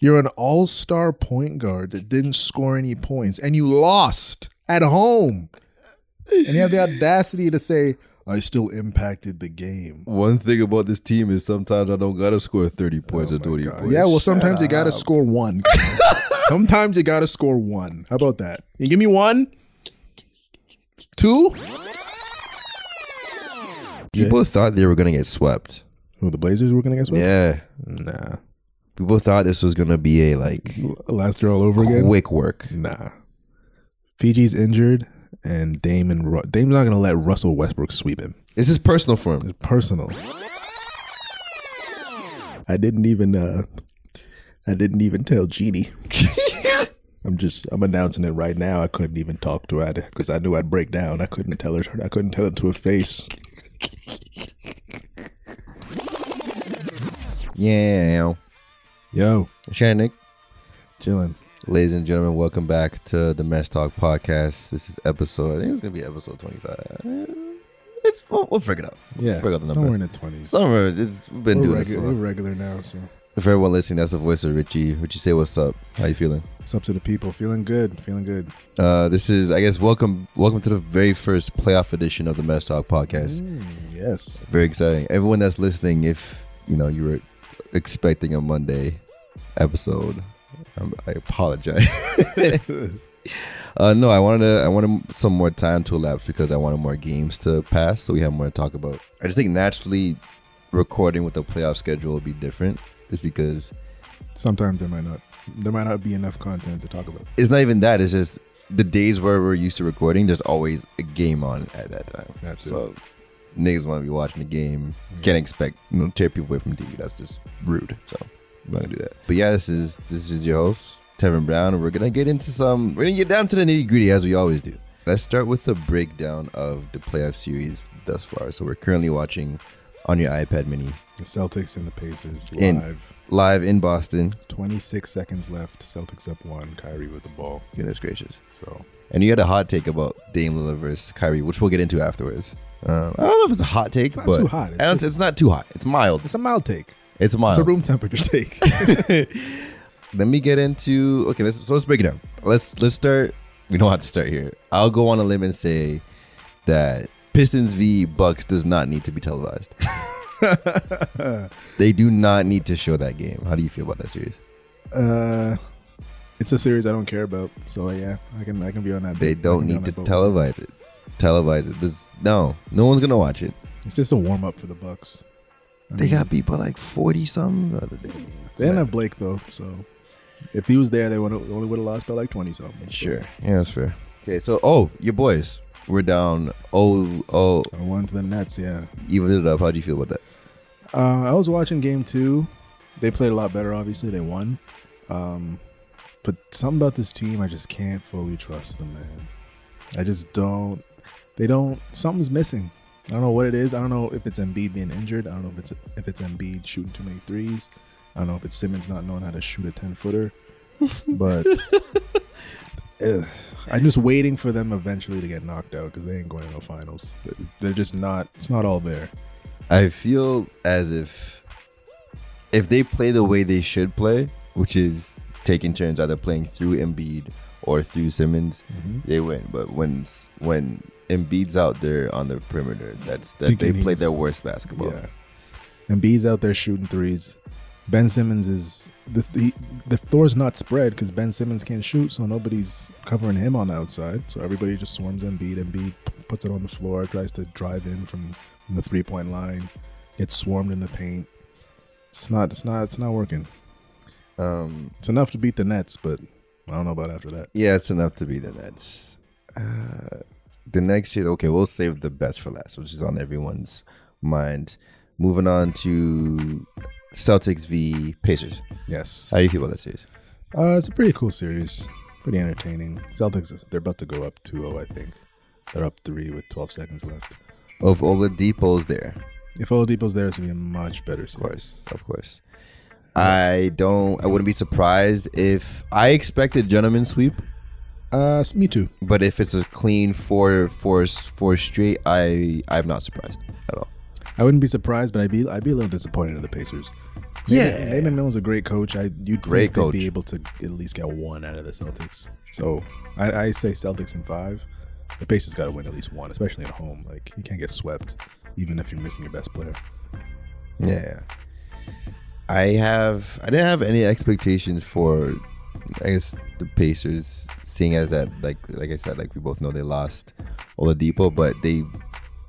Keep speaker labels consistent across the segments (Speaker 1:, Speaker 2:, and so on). Speaker 1: You're an all star point guard that didn't score any points and you lost at home. And you have the audacity to say, I still impacted the game.
Speaker 2: One thing about this team is sometimes I don't gotta score thirty
Speaker 1: Oh
Speaker 2: points or twenty points.
Speaker 1: Yeah, well, sometimes you got to score one. sometimes you got to score one. How about that? You give me one, two.
Speaker 2: people thought they were gonna get swept.
Speaker 1: Who the Blazers were going to guess what?
Speaker 2: Yeah,
Speaker 1: Nah.
Speaker 2: people thought this was gonna be a like
Speaker 1: Last year all over again.
Speaker 2: quick work.
Speaker 1: Nah. Fiji's injured, and Damon Ru- Dame's not going to let Russell Westbrook sweep him.
Speaker 2: This is personal for him.
Speaker 1: Personal. I didn't even. uh I didn't even tell Jeannie. I'm just. I'm announcing it right now. I couldn't even talk to her because I knew I'd break down. I couldn't tell her. I couldn't tell it to her face.
Speaker 2: Yeah,
Speaker 1: Yo,
Speaker 2: Shannon.
Speaker 1: chilling.
Speaker 2: Ladies and gentlemen, welcome back to the Mess Talk podcast. This is episode. I think it's gonna be episode twenty-five. It's we'll, we'll figure it out.
Speaker 1: Yeah,
Speaker 2: Figure out the number.
Speaker 1: somewhere in the twenties.
Speaker 2: Summer, it's, we've been
Speaker 1: We're,
Speaker 2: doing this.
Speaker 1: regu-
Speaker 2: a
Speaker 1: we're
Speaker 2: lot.
Speaker 1: regular now, so
Speaker 2: If everyone listening, that's the voice of Richie. Richie, say what's up. How you feeling?
Speaker 1: it's up to the people. Feeling good. Feeling good.
Speaker 2: Uh, this is, I guess, welcome, welcome to the very first playoff edition of the Mess Talk podcast.
Speaker 1: Yes.
Speaker 2: Very exciting. Everyone that's listening, if you know you were expecting a Monday episode, I'm, I apologize. uh, no, I wanted to, I wanted some more time to elapse because I wanted more games to pass, so we have more to talk about. I just think naturally, recording with the playoff schedule will be different, just because
Speaker 1: Sometimes there might not. There might not be enough content to talk about.
Speaker 2: it's not even that. It's just the days where we're used to recording. There's always a game on at that time.
Speaker 1: That's
Speaker 2: so niggas want to be watching the game. Can't expect you know tear people away from TV. That's just rude. So I'm not gonna do that. But yeah, this is this is your host Tevin Brown, and we're gonna get into some. We're gonna get down to the nitty gritty as we always do. Let's start with a breakdown of the playoff series thus far. So we're currently watching on your iPad Mini
Speaker 1: The Celtics and the Pacers live.
Speaker 2: In. live in Boston.
Speaker 1: 26 seconds left. Celtics up one. Kyrie with the ball.
Speaker 2: Goodness gracious.
Speaker 1: So
Speaker 2: And you had a hot take about Dame Lillard versus Kyrie, which we'll get into afterwards. Um, I don't know if it's a hot take,
Speaker 1: not
Speaker 2: but
Speaker 1: too hot. It's
Speaker 2: I don't-
Speaker 1: just-
Speaker 2: it's not too hot. It's mild.
Speaker 1: it's a mild take.
Speaker 2: It's mild.
Speaker 1: It's a room temperature take.
Speaker 2: Let me get into okay. Let's so let's break it down. Let's let's start. We don't have to start here. I'll go on a limb and say that Pistons v Bucks does not need to be televised. they do not need to show that game. How do you feel about that series?
Speaker 1: uh, it's a series I don't care about. So yeah, I can I can be on that.
Speaker 2: They
Speaker 1: boat. I
Speaker 2: don't
Speaker 1: can be on
Speaker 2: need to
Speaker 1: that boat.
Speaker 2: televise it. Televise it. This no, no one's gonna watch it.
Speaker 1: It's just a warm up for the Bucks.
Speaker 2: They
Speaker 1: Mm-hmm.
Speaker 2: got beat by like forty something the other day.
Speaker 1: They didn't have Blake though, so if he was there, they would only would have lost by like 20 something.
Speaker 2: Sure. Yeah, that's fair. Okay, so oh, your boys. We're down oh oh
Speaker 1: So, one to the Nets. Yeah.
Speaker 2: even it up. How do you feel about that?
Speaker 1: Uh, I was watching game two. They played a lot better, obviously. They won. Um, but something about this team, I just can't fully trust them, man. I just don't. They don't. Something's missing. I don't know what it is. I don't know if it's Embiid being injured. I don't know if it's if it's Embiid shooting too many threes. I don't know if it's Simmons not knowing how to shoot a ten footer. But ugh, I'm just waiting for them eventually to get knocked out because they ain't going to no finals. They're- They're just not. It's not all there.
Speaker 2: I feel as if if they play the way they should play, which is taking turns either playing through Embiid or through Simmons, they win. But when when Embiid's out there on the perimeter, that's that
Speaker 1: Thinking
Speaker 2: they play
Speaker 1: he's-
Speaker 2: their worst basketball.
Speaker 1: Yeah. And B's out there shooting threes. Ben Simmons is this the the floor's not spread because Ben Simmons can't shoot, so nobody's covering him on the outside. So everybody just swarms Embiid. Embiid p- puts it on the floor, tries to drive in from the three point line, gets swarmed in the paint. It's not it's not it's not working.
Speaker 2: Um
Speaker 1: It's enough to beat the Nets, but I don't know about after that.
Speaker 2: Yeah, it's enough to be the Nets. Uh, the next year, okay, we'll save the best for last, which is on everyone's mind. Moving on to Celtics v Pacers.
Speaker 1: Yes.
Speaker 2: How do you feel about that series?
Speaker 1: Uh, it's a pretty cool series. Pretty entertaining. Celtics they're about to go up 2-0, I think. They're up 3 with 12 seconds left.
Speaker 2: Of Oladipo's there,
Speaker 1: If Oladipo's there, it's gonna be a much better
Speaker 2: of
Speaker 1: series.
Speaker 2: course, of course. I don't. I wouldn't be surprised if I expected gentleman sweep,
Speaker 1: Uh, s- me too.
Speaker 2: but if it's a clean four, four, four straight, I I'm not surprised at all.
Speaker 1: I wouldn't be surprised, but I'd be I'd be a little disappointed in the Pacers.
Speaker 2: Yeah.
Speaker 1: Nate McMillan's a great coach. I you think
Speaker 2: Great
Speaker 1: they'd
Speaker 2: coach.
Speaker 1: be able to at least get one out of the Celtics. So I, I say Celtics in five. The Pacers got to win at least one, especially at home. Like you can't get swept, even if you're missing your best player.
Speaker 2: Yeah. I have I didn't have any expectations for I guess the Pacers, seeing as that like like I said, like we both know they lost Oladipo, but they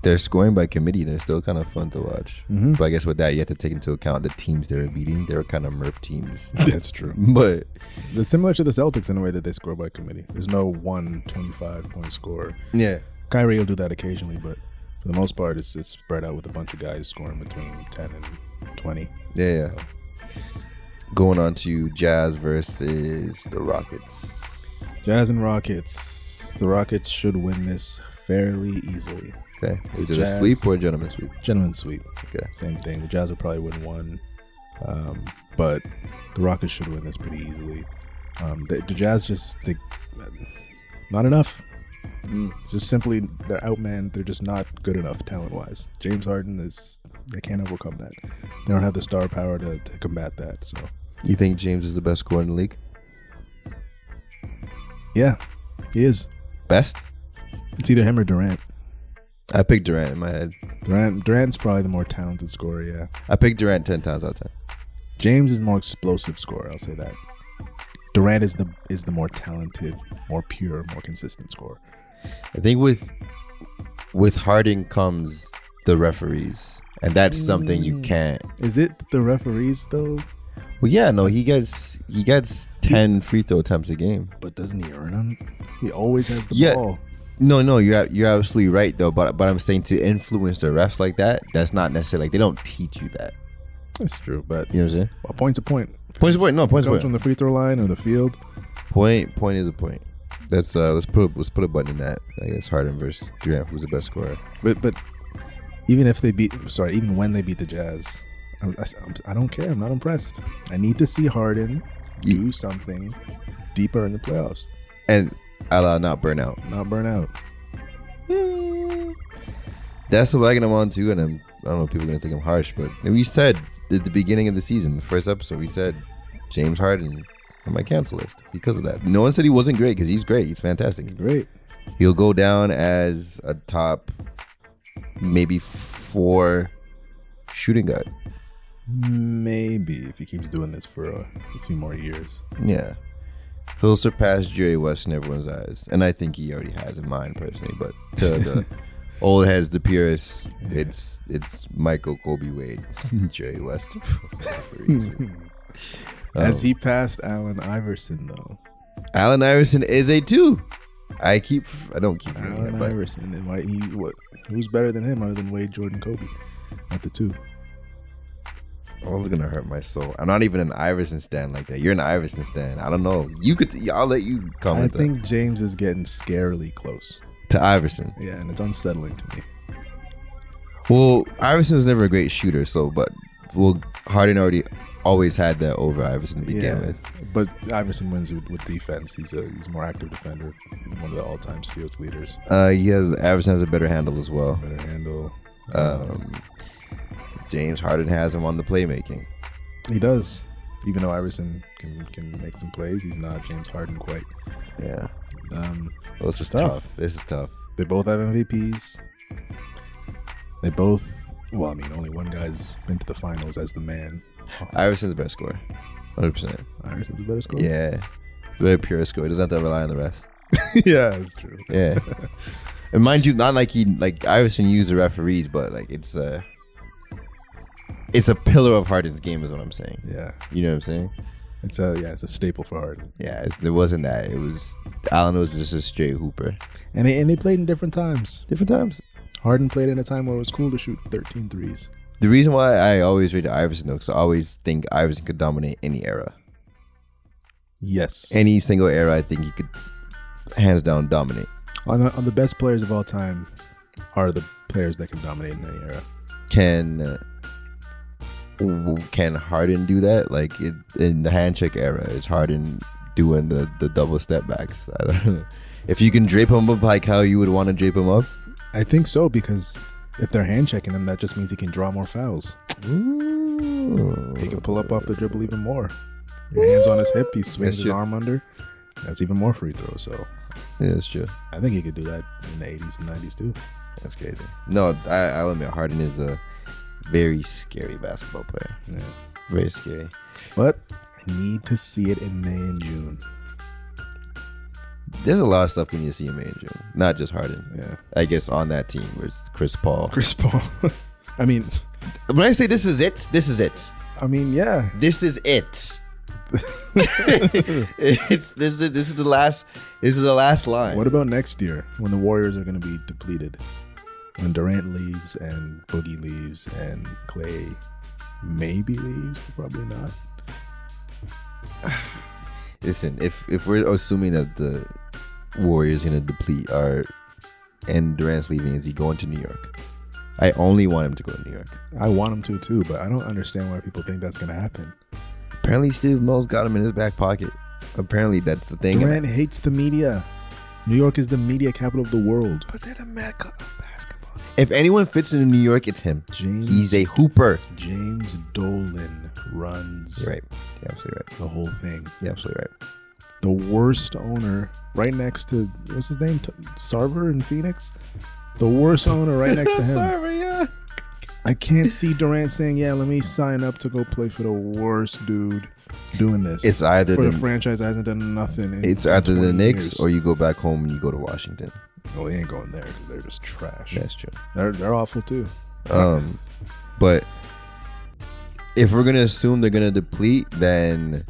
Speaker 2: they're scoring by committee. They're still kind of fun to watch.
Speaker 1: Mhm.
Speaker 2: But I guess with that, you have to take into account the teams they were beating. They were kind of merp teams,
Speaker 1: That's true.
Speaker 2: but
Speaker 1: It's similar to the Celtics in a way that they score by committee. There's no one 25 point scorer.
Speaker 2: yeah,
Speaker 1: Kyrie will do that occasionally, but for the most part, it's, it's spread out with a bunch of guys scoring between 10 and 20.
Speaker 2: yeah, yeah. Going on to Jazz versus the Rockets.
Speaker 1: Jazz and Rockets. The Rockets should win this fairly easily.
Speaker 2: Okay,
Speaker 1: The
Speaker 2: is it
Speaker 1: Jazz.
Speaker 2: a sweep or a gentleman sweep?
Speaker 1: Gentlemen sweep.
Speaker 2: Okay.
Speaker 1: Same thing. The Jazz will probably win one, um, but the Rockets should win this pretty easily. Um, the, the Jazz just they, not enough. Just simply, they're outmanned. They're just not good enough talent wise. James Harden is they can't overcome that. They don't have the star power to, to combat that. So
Speaker 2: You think James is the best scorer in the league?
Speaker 1: yeah, he is.
Speaker 2: Best?
Speaker 1: It's either him or Durant.
Speaker 2: I picked Durant in my head.
Speaker 1: Durant Durant's probably the more talented scorer. Yeah.
Speaker 2: I picked Durant ten times out of ten.
Speaker 1: James is the more explosive scorer. I'll say that. Durant is the is the more talented, more pure, more consistent scorer.
Speaker 2: I think with with Harding comes the referees, and that's something you can't.
Speaker 1: Is it the referees though?
Speaker 2: Well, yeah, no, he gets he gets ten free throw attempts a game.
Speaker 1: But doesn't he earn them? He always has the
Speaker 2: Yeah.
Speaker 1: ball.
Speaker 2: No, no, you're you're absolutely right though. But but I'm saying to influence the refs like that, that's not necessarily like they don't teach you that.
Speaker 1: That's true, but
Speaker 2: You know what I'm saying?
Speaker 1: a point's a point. If
Speaker 2: Point's a point. No,
Speaker 1: it
Speaker 2: point's a
Speaker 1: comes
Speaker 2: point.
Speaker 1: from the free throw line or the field.
Speaker 2: Point point is a point. That's uh let's put a, let's put a button in that. I guess Harden versus Durant, who's the best scorer?
Speaker 1: But but even if they beat, sorry, even when they beat the Jazz, I'm, I, I'm, I don't care. I'm not impressed. I need to see Harden do something deeper in the playoffs,
Speaker 2: And Allah not burn out.
Speaker 1: not burn out.
Speaker 2: That's what I'm gonna want to, and I'm, I don't know if people are gonna think I'm harsh, but we said at the beginning of the season, the first episode, we said James Harden on my cancel list because of that. No one said he wasn't great because he's great, he's fantastic.
Speaker 1: Great.
Speaker 2: He'll go down as a top, maybe four shooting guard.
Speaker 1: Maybe if he keeps doing this for a, a few more years.
Speaker 2: Yeah, he'll surpass Jerry West in everyone's eyes, and I think he already has in mine personally. But to the old heads, the purists, it's it's Michael Kobe Wade, Jerry West. for whatever reason.
Speaker 1: As he passed Allen Iverson, though.
Speaker 2: Allen Iverson is a two. I keep I don't keep reading
Speaker 1: Allen
Speaker 2: it, but
Speaker 1: Iverson. And why he what? Who's better than him other than Wade, Jordan, Kobe? At the two.
Speaker 2: oh, it's gonna hurt my soul. I'm not even an Iverson stand like that. You're an Iverson stand. I don't know. You could I'll let you
Speaker 1: I
Speaker 2: comment
Speaker 1: think James is getting scarily close.
Speaker 2: that. to Iverson.
Speaker 1: Yeah, and it's unsettling to me.
Speaker 2: Well, Iverson was never a great shooter, so but well Harden already always had that over Iverson to begin
Speaker 1: Yeah,
Speaker 2: with.
Speaker 1: but Iverson wins with, with defense. He's a he's a more active defender. One of the all-time steals leaders.
Speaker 2: Uh, he has Iverson has a better handle as well.
Speaker 1: Better handle.
Speaker 2: Um, James Harden has him on the playmaking.
Speaker 1: He does. Even though Iverson can can make some plays, he's not James Harden quite.
Speaker 2: Yeah,
Speaker 1: Um,
Speaker 2: well, this is
Speaker 1: Tough.
Speaker 2: tough. This is tough.
Speaker 1: They both have MVPs. They both, well, I mean, only one guy's been to the finals as the man.
Speaker 2: Iverson's the best scorer, hundred percent.
Speaker 1: Iverson's a better scorer.
Speaker 2: Yeah, very pure score. He doesn't have to rely on the rest.
Speaker 1: yeah, that's true.
Speaker 2: Yeah, and mind you, not like he like Iverson used the referees, but like it's a it's a pillar of Harden's game, is what I'm saying.
Speaker 1: Yeah,
Speaker 2: You know what I'm saying?
Speaker 1: it's a yeah, it's a staple for Harden.
Speaker 2: Yeah, it's, there wasn't that. It was Allen was just a straight hooper.
Speaker 1: And they, and they played in different times.
Speaker 2: Different times.
Speaker 1: Harden played in a time where it was cool to shoot 13 threes.
Speaker 2: The reason why I always read Iverson though, because I always think Iverson could dominate any era,
Speaker 1: Yes.
Speaker 2: any single era. I think he could hands down dominate.
Speaker 1: on, on the best players of all time are the players that can dominate in any era.
Speaker 2: Can uh, w- can Harden do that? Like it, in the handshake era, is Harden doing the the double step backs? I don't know. If you can drape him up like how you would want to drape him up,
Speaker 1: I think so because if they're hand checking him, that just means he can draw more fouls.
Speaker 2: Ooh.
Speaker 1: He can pull up off the dribble even more. Your hands on his hip, he swings his
Speaker 2: true.
Speaker 1: arm under. That's even more free throws. So
Speaker 2: Yeah, that's true.
Speaker 1: I think he could do that in the 80s and 90s too.
Speaker 2: That's crazy. No, I, I'll admit Harden is a very scary basketball player.
Speaker 1: Yeah.
Speaker 2: Very scary.
Speaker 1: But I need to see it in May and June.
Speaker 2: There's a lot of stuff we need to see in May and June. Not just Harden.
Speaker 1: Yeah.
Speaker 2: I guess on that team was Chris Paul.
Speaker 1: Chris Paul. I mean,
Speaker 2: When I say this is it, this is it.
Speaker 1: I mean, yeah.
Speaker 2: This is it. it's this is this is the last this is the last line.
Speaker 1: What about next year when the Warriors are going to be depleted? When Durant leaves and Boogie leaves and Clay maybe leaves, but probably not.
Speaker 2: Listen, if if we're assuming that the Warriors gonna deplete our and Durant's leaving, is he going to New York? I only want him to go to New York.
Speaker 1: I want him to too, but I don't understand why people think that's going to happen.
Speaker 2: Apparently, Steve Mo's got him in his back pocket. Apparently, that's the thing.
Speaker 1: Durant hates the media. New York is the media capital of the world.
Speaker 2: but they're the mecca of basketball. If anyone fits into New York, it's him.
Speaker 1: James
Speaker 2: He's a hooper.
Speaker 1: James Dolan runs
Speaker 2: You're right. You're absolutely right.
Speaker 1: the whole thing.
Speaker 2: You're absolutely right.
Speaker 1: The worst owner, right next to what's his name, T- Sarver in Phoenix. The worst owner, right next to him.
Speaker 2: Sorry, yeah.
Speaker 1: I can't see Durant saying, "Yeah, let me sign up to go play for the worst dude doing this."
Speaker 2: It's either
Speaker 1: for the,
Speaker 2: the-
Speaker 1: franchise that hasn't done nothing. in
Speaker 2: It's either the
Speaker 1: 20
Speaker 2: Knicks
Speaker 1: years.
Speaker 2: or you go back home and you go to Washington.
Speaker 1: well, they ain't going there 'cause they're just trash.
Speaker 2: That's true.
Speaker 1: They're they're awful too.
Speaker 2: Um, but if we're gonna assume they're gonna deplete, then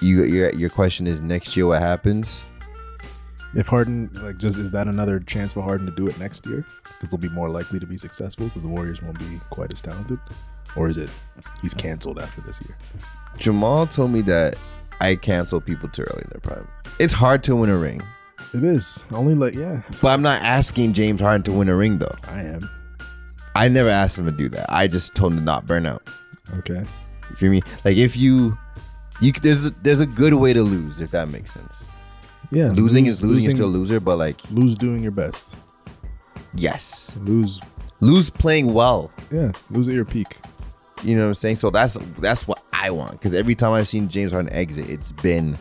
Speaker 2: you your your question is next year what happens?
Speaker 1: If Harden like just is that another chance for Harden to do it next year? Because they'll be more likely to be successful because the Warriors won't be quite as talented. Or is it he's canceled after this year?
Speaker 2: Jamal told me that I cancel people too early in their prime. It's hard to win a ring,
Speaker 1: It is only like yeah,
Speaker 2: but I'm not asking James Harden to win a ring though.
Speaker 1: I am
Speaker 2: I never asked him to do that. I just told him to not burn out.
Speaker 1: okay.
Speaker 2: You feel me? Like if you, you c- there's a, there's a good way to lose if that makes sense.
Speaker 1: Yeah,
Speaker 2: Losing is losing, You're still a loser, but like
Speaker 1: lose doing your best.
Speaker 2: yes,
Speaker 1: Lose
Speaker 2: lose playing well.
Speaker 1: yeah, lose at your peak.
Speaker 2: You know what I'm saying? So that's that's what I want. Because every time I've seen James Harden exit, it's been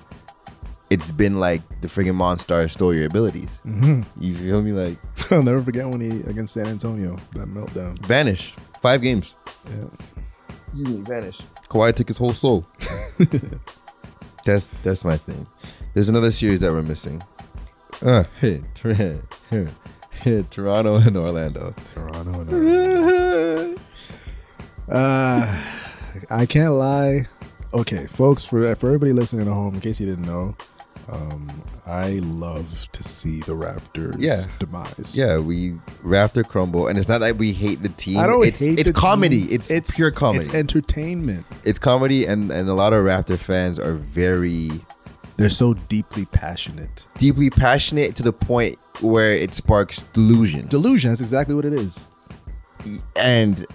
Speaker 2: it's been like the friggin' monster stole your abilities. You feel me? Like
Speaker 1: I'll never forget when he against San Antonio that meltdown.
Speaker 2: vanish. Five games.
Speaker 1: Yeah.
Speaker 2: Excuse me, vanish. Kawhi took his whole soul. that's that's my thing. There's another series that we're missing. Uh, Toronto and Orlando.
Speaker 1: Toronto and Orlando. Uh, I can't lie. Okay, folks, for for everybody listening at home, in case you didn't know, um, I love to see the Raptors'
Speaker 2: Yeah.
Speaker 1: demise.
Speaker 2: Yeah, we wrapped their crumble, and it's not that we hate the team.
Speaker 1: I don't
Speaker 2: it's,
Speaker 1: hate
Speaker 2: It's
Speaker 1: the
Speaker 2: comedy.
Speaker 1: team.
Speaker 2: It's, pure comedy.
Speaker 1: It's
Speaker 2: It's,
Speaker 1: entertainment.
Speaker 2: comedy, and and a lot of Raptor fans are very
Speaker 1: They're so deeply passionate.
Speaker 2: deeply passionate to the point where it sparks delusion.
Speaker 1: Delusion. That's exactly what it is.
Speaker 2: and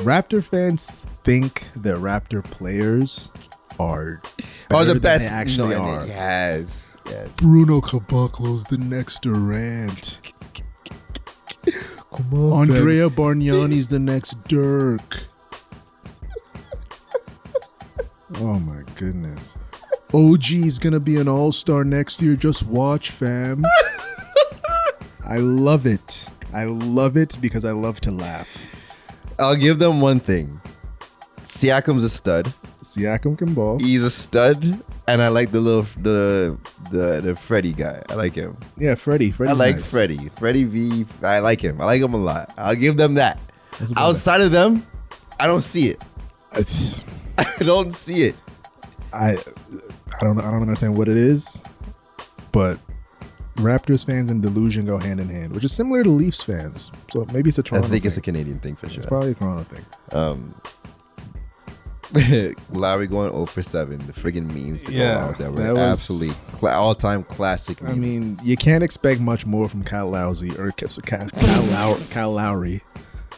Speaker 1: Raptor fans think that Raptor players are
Speaker 2: are
Speaker 1: better
Speaker 2: the
Speaker 1: than
Speaker 2: best.
Speaker 1: They actually
Speaker 2: No,
Speaker 1: are.
Speaker 2: and- Yes, yes.
Speaker 1: Bruno Caboclo's the next Durant.
Speaker 2: Come on,
Speaker 1: Andrea Bargnani's the next Dirk. Oh my goodness. OG is gonna be an all star next year. Just watch, fam. I love it. I love it because I love to laugh.
Speaker 2: I'll give them one thing. Siakam's a stud.
Speaker 1: Siakam can ball.
Speaker 2: He's a stud, and I like the little the the the Freddy guy. I like him.
Speaker 1: Yeah, Freddie.
Speaker 2: I
Speaker 1: Freddie's
Speaker 2: like
Speaker 1: nice.
Speaker 2: Freddie. Freddie V. I like him. I like him a lot. I'll give them that.
Speaker 1: That's about
Speaker 2: Outside of them, I don't see it.
Speaker 1: It's,
Speaker 2: I don't see it.
Speaker 1: I, I don't. I don't understand what it is, but Raptors fans and delusion go hand in hand, which is similar to Leafs fans. So maybe it's a
Speaker 2: I
Speaker 1: Toronto.
Speaker 2: think it's a
Speaker 1: thing.
Speaker 2: Canadian thing for
Speaker 1: It's
Speaker 2: sure.
Speaker 1: probably a Toronto thing.
Speaker 2: Um, Lowry going 0 for 7. The friggin' memes that
Speaker 1: Yeah,
Speaker 2: go along with that were
Speaker 1: that was-
Speaker 2: absolutely cla- all-time classic memes.
Speaker 1: I mean, you can't expect much more from Kyle Lowry or K- Kyle, Kyle, Lowry, Kyle Lowry.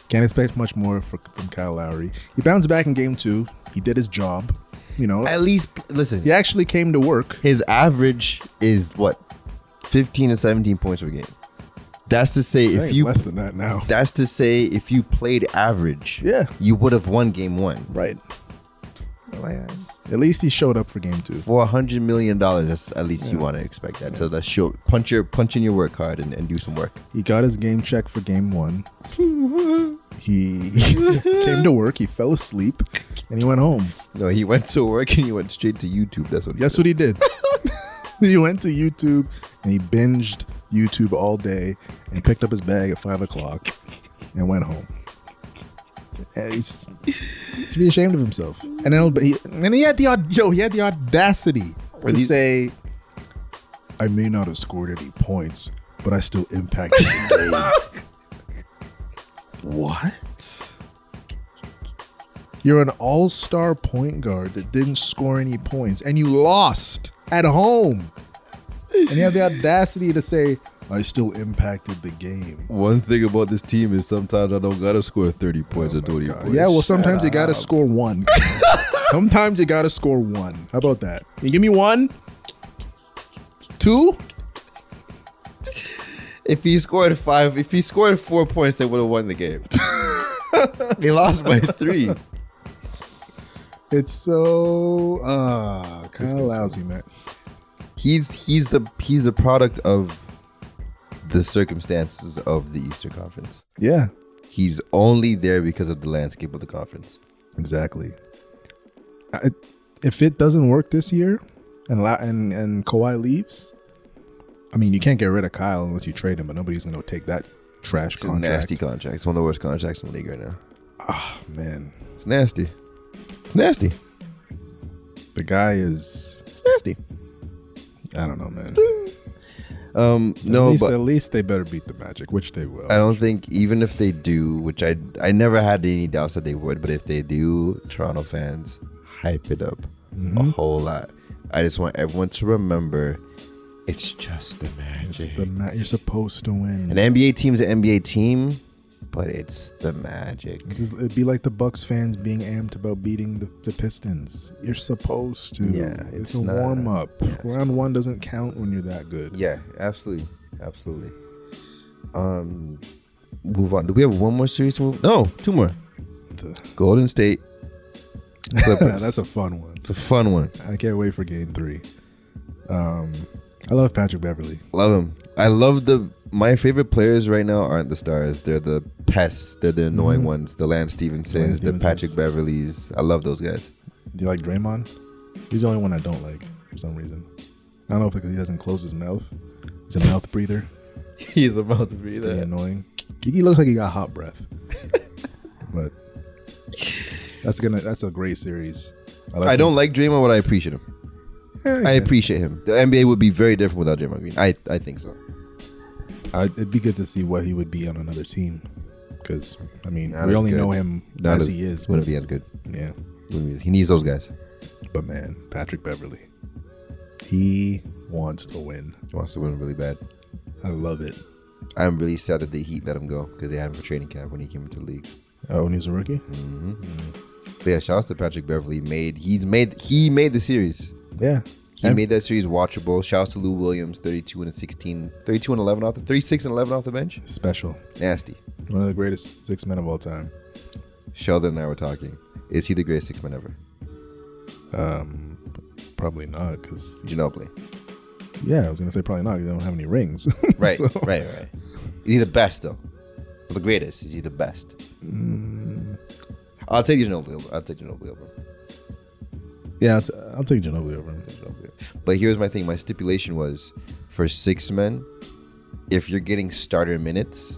Speaker 1: Can't expect much more for, from Kyle Lowry. He bounced back in game two. He did his job. You know,
Speaker 2: At least, listen,
Speaker 1: he actually came to work.
Speaker 2: his average is what? 15 to 17 points per game. That's to say,
Speaker 1: I think
Speaker 2: if
Speaker 1: it's
Speaker 2: you
Speaker 1: less than that now,
Speaker 2: that's to say, if you played average,
Speaker 1: Yeah.
Speaker 2: you would have won game one.
Speaker 1: right? At least he showed up for game two.
Speaker 2: For a hundred million dollars, that's at least you want to expect that. So that's sure. Punch your punch in your work hard and, and do some work.
Speaker 1: He got his game check for game one. He came to work. He fell asleep, and he went home.
Speaker 2: No, he went to work and he went straight to YouTube. That's what. he
Speaker 1: Guess what he did? he went to YouTube and he binged YouTube all day and picked up his bag at five o'clock and went home. And he's, he should be ashamed of himself. And then, but he, and he had the aud- yo, he had the audacity to
Speaker 2: But he-
Speaker 1: say, "I may not have scored any points, but I still impacted the game." what? You're an all star point guard that didn't score any points and you lost at home. And you have the audacity to say, I still impacted the game.
Speaker 2: One thing about this team is sometimes I don't gotta score thirty points or twenty points.
Speaker 1: Oh yeah, well, sometimes you got
Speaker 2: uh,
Speaker 1: to score one. sometimes you got to score one. How about that? You give me one? Two?
Speaker 2: if he scored five, if he scored four points, they would have won the game. they lost by three.
Speaker 1: It's so uh, kind of lousy, man.
Speaker 2: He's he's the he's a product of the circumstances of the Eastern Conference.
Speaker 1: Yeah,
Speaker 2: He's only there because of the landscape of the conference.
Speaker 1: Exactly. I, if it doesn't work this year, and La- and and Kawhi leaves, I mean you can't get rid of Kyle unless you trade him, but nobody's gonna take that trash
Speaker 2: It's a
Speaker 1: contract.
Speaker 2: nasty contract. It's one of the worst contracts in the league right now.
Speaker 1: Ah man,
Speaker 2: It's nasty. It's nasty.
Speaker 1: the guy is.
Speaker 2: It's nasty.
Speaker 1: I don't know, man.
Speaker 2: Um,
Speaker 1: at,
Speaker 2: no,
Speaker 1: least,
Speaker 2: but
Speaker 1: at least they better beat the Magic, which they will.
Speaker 2: I don't think even if they do, which I I never had any doubts that they would, but if they do, Toronto fans hype it up a
Speaker 1: Mm-hmm.
Speaker 2: whole lot. I just want everyone to remember, it's just the Magic.
Speaker 1: It's the ma- you're supposed to
Speaker 2: An
Speaker 1: win.
Speaker 2: NBA team's an NBA team, but it's the Magic.
Speaker 1: This is, it'd be like the Bucks fans being amped about beating the, the Pistons. You're supposed to.
Speaker 2: Yeah,
Speaker 1: it's,
Speaker 2: it's
Speaker 1: a
Speaker 2: not-
Speaker 1: warm up. Round one doesn't count when you're that good.
Speaker 2: Yeah, absolutely, absolutely. Um, move on. Do we have one more series to move? No, two more.
Speaker 1: The-
Speaker 2: Golden State.
Speaker 1: Yeah,
Speaker 2: Clippers.
Speaker 1: that's a fun one.
Speaker 2: it's a fun one.
Speaker 1: I can't wait for game three. Um, I love Patrick Beverly.
Speaker 2: Love him. I love the. My favorite players right now aren't the stars. They're the pests. They're the annoying ones. The Mm-hmm. Lance Stevensons, the
Speaker 1: Stevensons.
Speaker 2: Patrick Beverleys. I love those guys.
Speaker 1: Do you like Draymond? He's the only one I don't like for some reason. I don't know if because he doesn't close his mouth. He's a mouth breather.
Speaker 2: He's about to be
Speaker 1: Pretty annoying. He looks like he got hot breath. but that's gonna that's a great series. like
Speaker 2: I don't like Draymond, but I appreciate him. I appreciate him. The NBA would be very different without Draymond Green. I, I think so.
Speaker 1: I, it'd be good to see what he would be on another team. Because I mean,
Speaker 2: Not
Speaker 1: we
Speaker 2: as
Speaker 1: only
Speaker 2: good.
Speaker 1: know him
Speaker 2: Not
Speaker 1: as,
Speaker 2: as-
Speaker 1: he is.
Speaker 2: Wouldn't
Speaker 1: But,
Speaker 2: be as good.
Speaker 1: yeah.
Speaker 2: Wouldn't be- He needs those guys.
Speaker 1: But man, Patrick Beverly, he wants to win.
Speaker 2: He wants to win really bad.
Speaker 1: I love it.
Speaker 2: I'm really sad that the Heat let him go because they had him for training camp when he came into the league.
Speaker 1: Oh, when he's a rookie?
Speaker 2: Mm-hmm. But yeah, shouts to Patrick Beverly. Made he's made he made the series.
Speaker 1: Yeah.
Speaker 2: He made that series watchable. Shouts to Lou Williams, 32 and 16, 32 and 11 off the 36 and 11 off the bench.
Speaker 1: Special.
Speaker 2: Nasty.
Speaker 1: One of the greatest six men of all time.
Speaker 2: Sheldon and I were talking. Is he the greatest six man ever?
Speaker 1: Um, probably not, because,
Speaker 2: Ginobili.
Speaker 1: yeah, I was going to say probably not, 'cause they don't have any rings.
Speaker 2: Right,
Speaker 1: So,
Speaker 2: right, right. Is he the best though? Or the greatest? Is he the best?
Speaker 1: Mm.
Speaker 2: I'll take Ginobili. over- I'll take Ginobili over.
Speaker 1: Yeah, it's, I'll take Ginobili over him.
Speaker 2: Ginobili. But here's my thing. My stipulation was for six men. If you're getting starter minutes,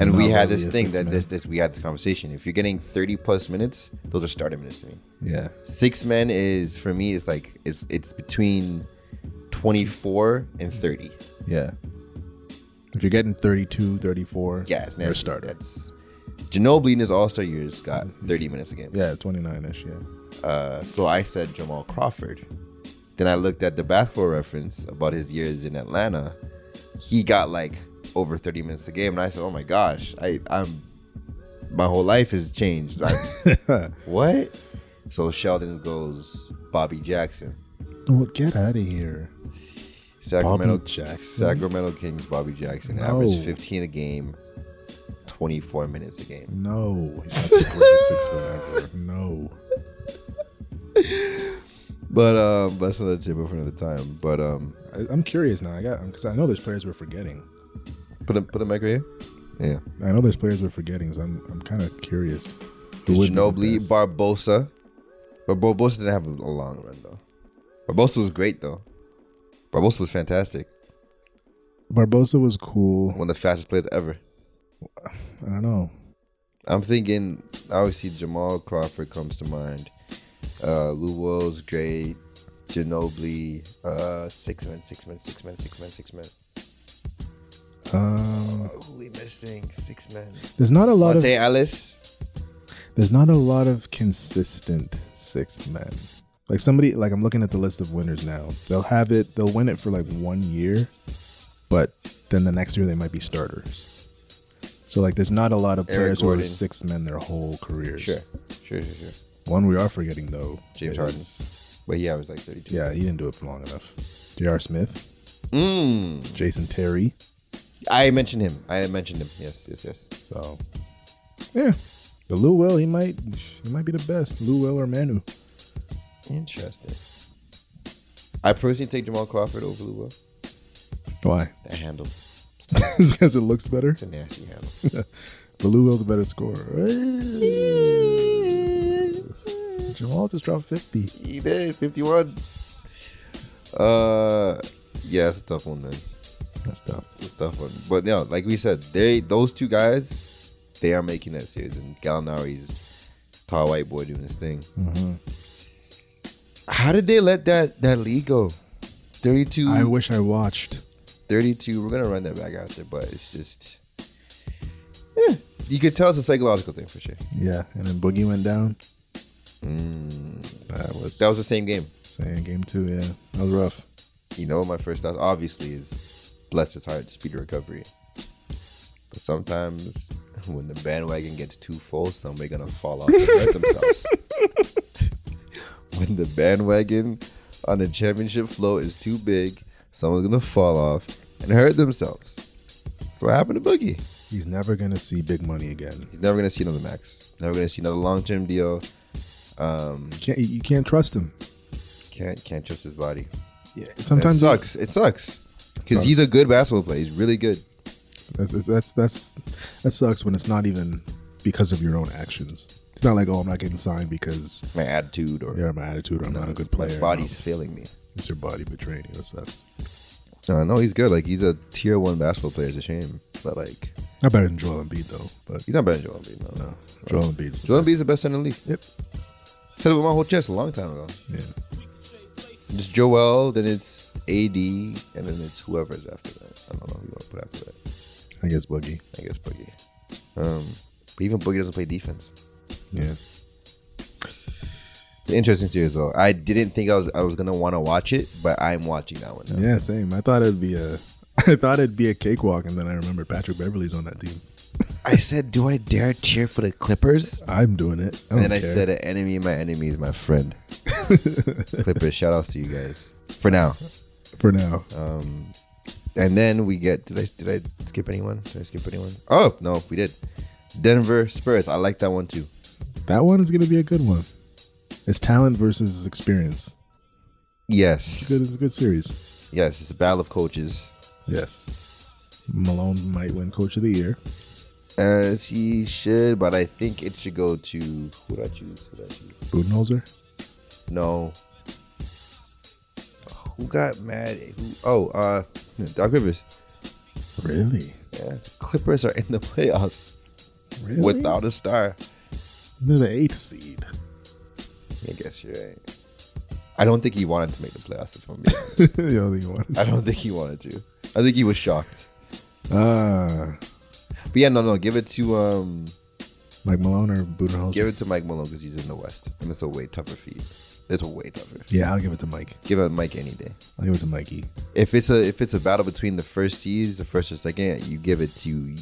Speaker 2: and we
Speaker 1: Not
Speaker 2: had
Speaker 1: really
Speaker 2: this
Speaker 1: a
Speaker 2: thing
Speaker 1: six
Speaker 2: that
Speaker 1: man.
Speaker 2: this this we had this conversation. If you're getting 30 plus minutes, those are starter minutes to me.
Speaker 1: Yeah.
Speaker 2: Six men is for me is like it's it's between 24 and 30.
Speaker 1: Yeah. If you're getting 32, 34,
Speaker 2: Yeah, it's
Speaker 1: you're a
Speaker 2: nasty.
Speaker 1: starter.
Speaker 2: That's Ginobili in his All Star years got 30 minutes a game.
Speaker 1: Yeah, 29 ish, yeah.
Speaker 2: Uh, so I said Jamal Crawford. Then I looked at the basketball reference about his years in Atlanta. He got like over 30 minutes a game, and I said, "Oh my gosh, I, I'm my whole life has changed." Like, what? So Sheldon goes Bobby Jackson.
Speaker 1: Well, get out of here.
Speaker 2: Sacramento
Speaker 1: Jackson?
Speaker 2: Sacramento Kings Bobby Jackson
Speaker 1: No.
Speaker 2: averaged 15 a game, 24 minutes a game.
Speaker 1: No, he's not the greatest six man ever. No.
Speaker 2: But um, that's another table for another time. But um,
Speaker 1: I, I'm curious now. I got because I know there's players we're forgetting.
Speaker 2: put them put them back right here. Yeah,
Speaker 1: I know there's players we're forgetting, so I'm I'm kind of curious. Who would be the
Speaker 2: Ginobili,
Speaker 1: best.
Speaker 2: Barbosa, but Barbosa didn't have a a long run though. Barbosa was great though. Barbosa was fantastic.
Speaker 1: Barbosa was cool.
Speaker 2: One of the fastest players ever.
Speaker 1: I don't know.
Speaker 2: I'm thinking obviously Jamal Crawford comes to mind. Uh Lou Will's great. Ginobili, uh six men, six men, six men, six men, six men.
Speaker 1: Um,
Speaker 2: Who we missing? Six men.
Speaker 1: there's not a lot
Speaker 2: Monte
Speaker 1: of
Speaker 2: Ellis.
Speaker 1: there's not a lot of consistent sixth men. Like somebody like I'm looking at the list of winners now. They'll have it. They'll win it for like one year, but then the next year they might be starters. So like there's not a lot of
Speaker 2: Eric
Speaker 1: players who are
Speaker 2: Gordon.
Speaker 1: six men their whole careers.
Speaker 2: Sure. Sure, sure, sure.
Speaker 1: One we are forgetting though. is-
Speaker 2: James Harden. But yeah, I was like 32.
Speaker 1: Yeah, he didn't do it for long enough. J.R. Smith,
Speaker 2: Mm.
Speaker 1: Jason Terry.
Speaker 2: I mentioned him. I mentioned him. Yes, yes, yes.
Speaker 1: So yeah, but Lou Will he might he might be the best. Lou Will or Manu.
Speaker 2: Interesting. I personally take Jamal Crawford over Lou Will.
Speaker 1: Why?
Speaker 2: That handle.
Speaker 1: Just because it looks better.
Speaker 2: It's a nasty handle.
Speaker 1: But Lou Will's a better scorer. Jamal just dropped 50.
Speaker 2: He did 51. Uh, yeah, it's a tough one, man.
Speaker 1: That's tough.
Speaker 2: It's a tough one. But no, like we said, they those two guys, they are making that series, and Gallinari's tall white boy doing his thing. How did they let that that lead go? 32,
Speaker 1: I wish I watched.
Speaker 2: 32. We're gonna run that back out there, but it's just, yeah. You could tell it's a psychological thing for sure.
Speaker 1: Yeah, and then Boogie went down. That was
Speaker 2: Uh, That was the same game.
Speaker 1: saying game two. Yeah, that was rough.
Speaker 2: you know, my first thought obviously is bless his heart, speedy recovery. But sometimes when the bandwagon gets too full, somebody's gonna fall off and hurt themselves. when the bandwagon on the championship float is too big, someone's gonna fall off and hurt themselves. That's what happened to Boogie.
Speaker 1: He's never gonna see big money again.
Speaker 2: He's never gonna see another max. Never gonna see another long term deal.
Speaker 1: You can't, you can't trust him.
Speaker 2: Can't can't trust his body.
Speaker 1: Yeah,
Speaker 2: It
Speaker 1: sometimes
Speaker 2: sucks. It sucks. Because
Speaker 1: Sucks.
Speaker 2: he's a good basketball player. He's really good.
Speaker 1: That's, that's that's that's that sucks when it's not even because of your own actions. It's not like oh I'm not getting signed because
Speaker 2: My attitude or
Speaker 1: yeah my attitude or I'm not a good player.
Speaker 2: My body's failing me.
Speaker 1: It's your body betraying you. That sucks.
Speaker 2: No, no, he's good. Like he's a tier one basketball player. It's a shame, but like
Speaker 1: Not better than Joel Embiid though, but
Speaker 2: he's not better than Joel Embiid. No,
Speaker 1: no, Joel Embiid's the
Speaker 2: Joel
Speaker 1: best.
Speaker 2: Embiid's the best center in the league.
Speaker 1: Yep.
Speaker 2: Said it with my whole chest a long time ago.
Speaker 1: Yeah.
Speaker 2: It's Joel, then it's AD, and then it's whoever's after that. I don't know who you want to put after that.
Speaker 1: I guess Boogie.
Speaker 2: I guess Boogie. Um, but even Boogie doesn't play defense.
Speaker 1: Yeah.
Speaker 2: It's an interesting series though. I didn't think I was I was gonna want to watch it, but I'm watching that one now.
Speaker 1: Yeah. Same. I thought it'd be a. I thought it'd be a cakewalk, and then I remember Patrick Beverly's on that team.
Speaker 2: I said, do I dare cheer for the Clippers?
Speaker 1: I'm doing it. I don't
Speaker 2: And then
Speaker 1: care.
Speaker 2: I said, "An enemy, of my enemy is my friend." Clippers, shout outs to you guys for now.
Speaker 1: for now.
Speaker 2: And then we get did I did I skip anyone? Did I skip anyone? Oh no, we did. Denver Spurs. I like that one too.
Speaker 1: that one is gonna be a good one. It's talent versus experience.
Speaker 2: Yes,
Speaker 1: Good. It's a good series.
Speaker 2: yes, it's a battle of coaches.
Speaker 1: Yes. Malone might win coach of the year.
Speaker 2: As he should, but I think it should go to who did I choose? Who did I choose?
Speaker 1: Budenholzer?
Speaker 2: No. Who got mad? Who? Oh, uh, Doc Rivers.
Speaker 1: Really?
Speaker 2: Yeah, Clippers are in the playoffs
Speaker 1: Really?
Speaker 2: without a star.
Speaker 1: They're the eighth seed.
Speaker 2: I guess you're right. I don't think he wanted to make the playoffs. If I'm being honest.
Speaker 1: you know, you want.
Speaker 2: I don't think he wanted to. I think he was shocked.
Speaker 1: Ah,
Speaker 2: But yeah, no, no. Give it to um,
Speaker 1: like Malone or Budenholzer?
Speaker 2: give it to Mike Malone because he's in the West, and it's a way tougher feat. It's way tougher.
Speaker 1: yeah, I'll give it to Mike.
Speaker 2: Give it Mike any day.
Speaker 1: I'll give it to Mikey.
Speaker 2: If it's a if it's a battle between the first seeds, the first or second, you give it to.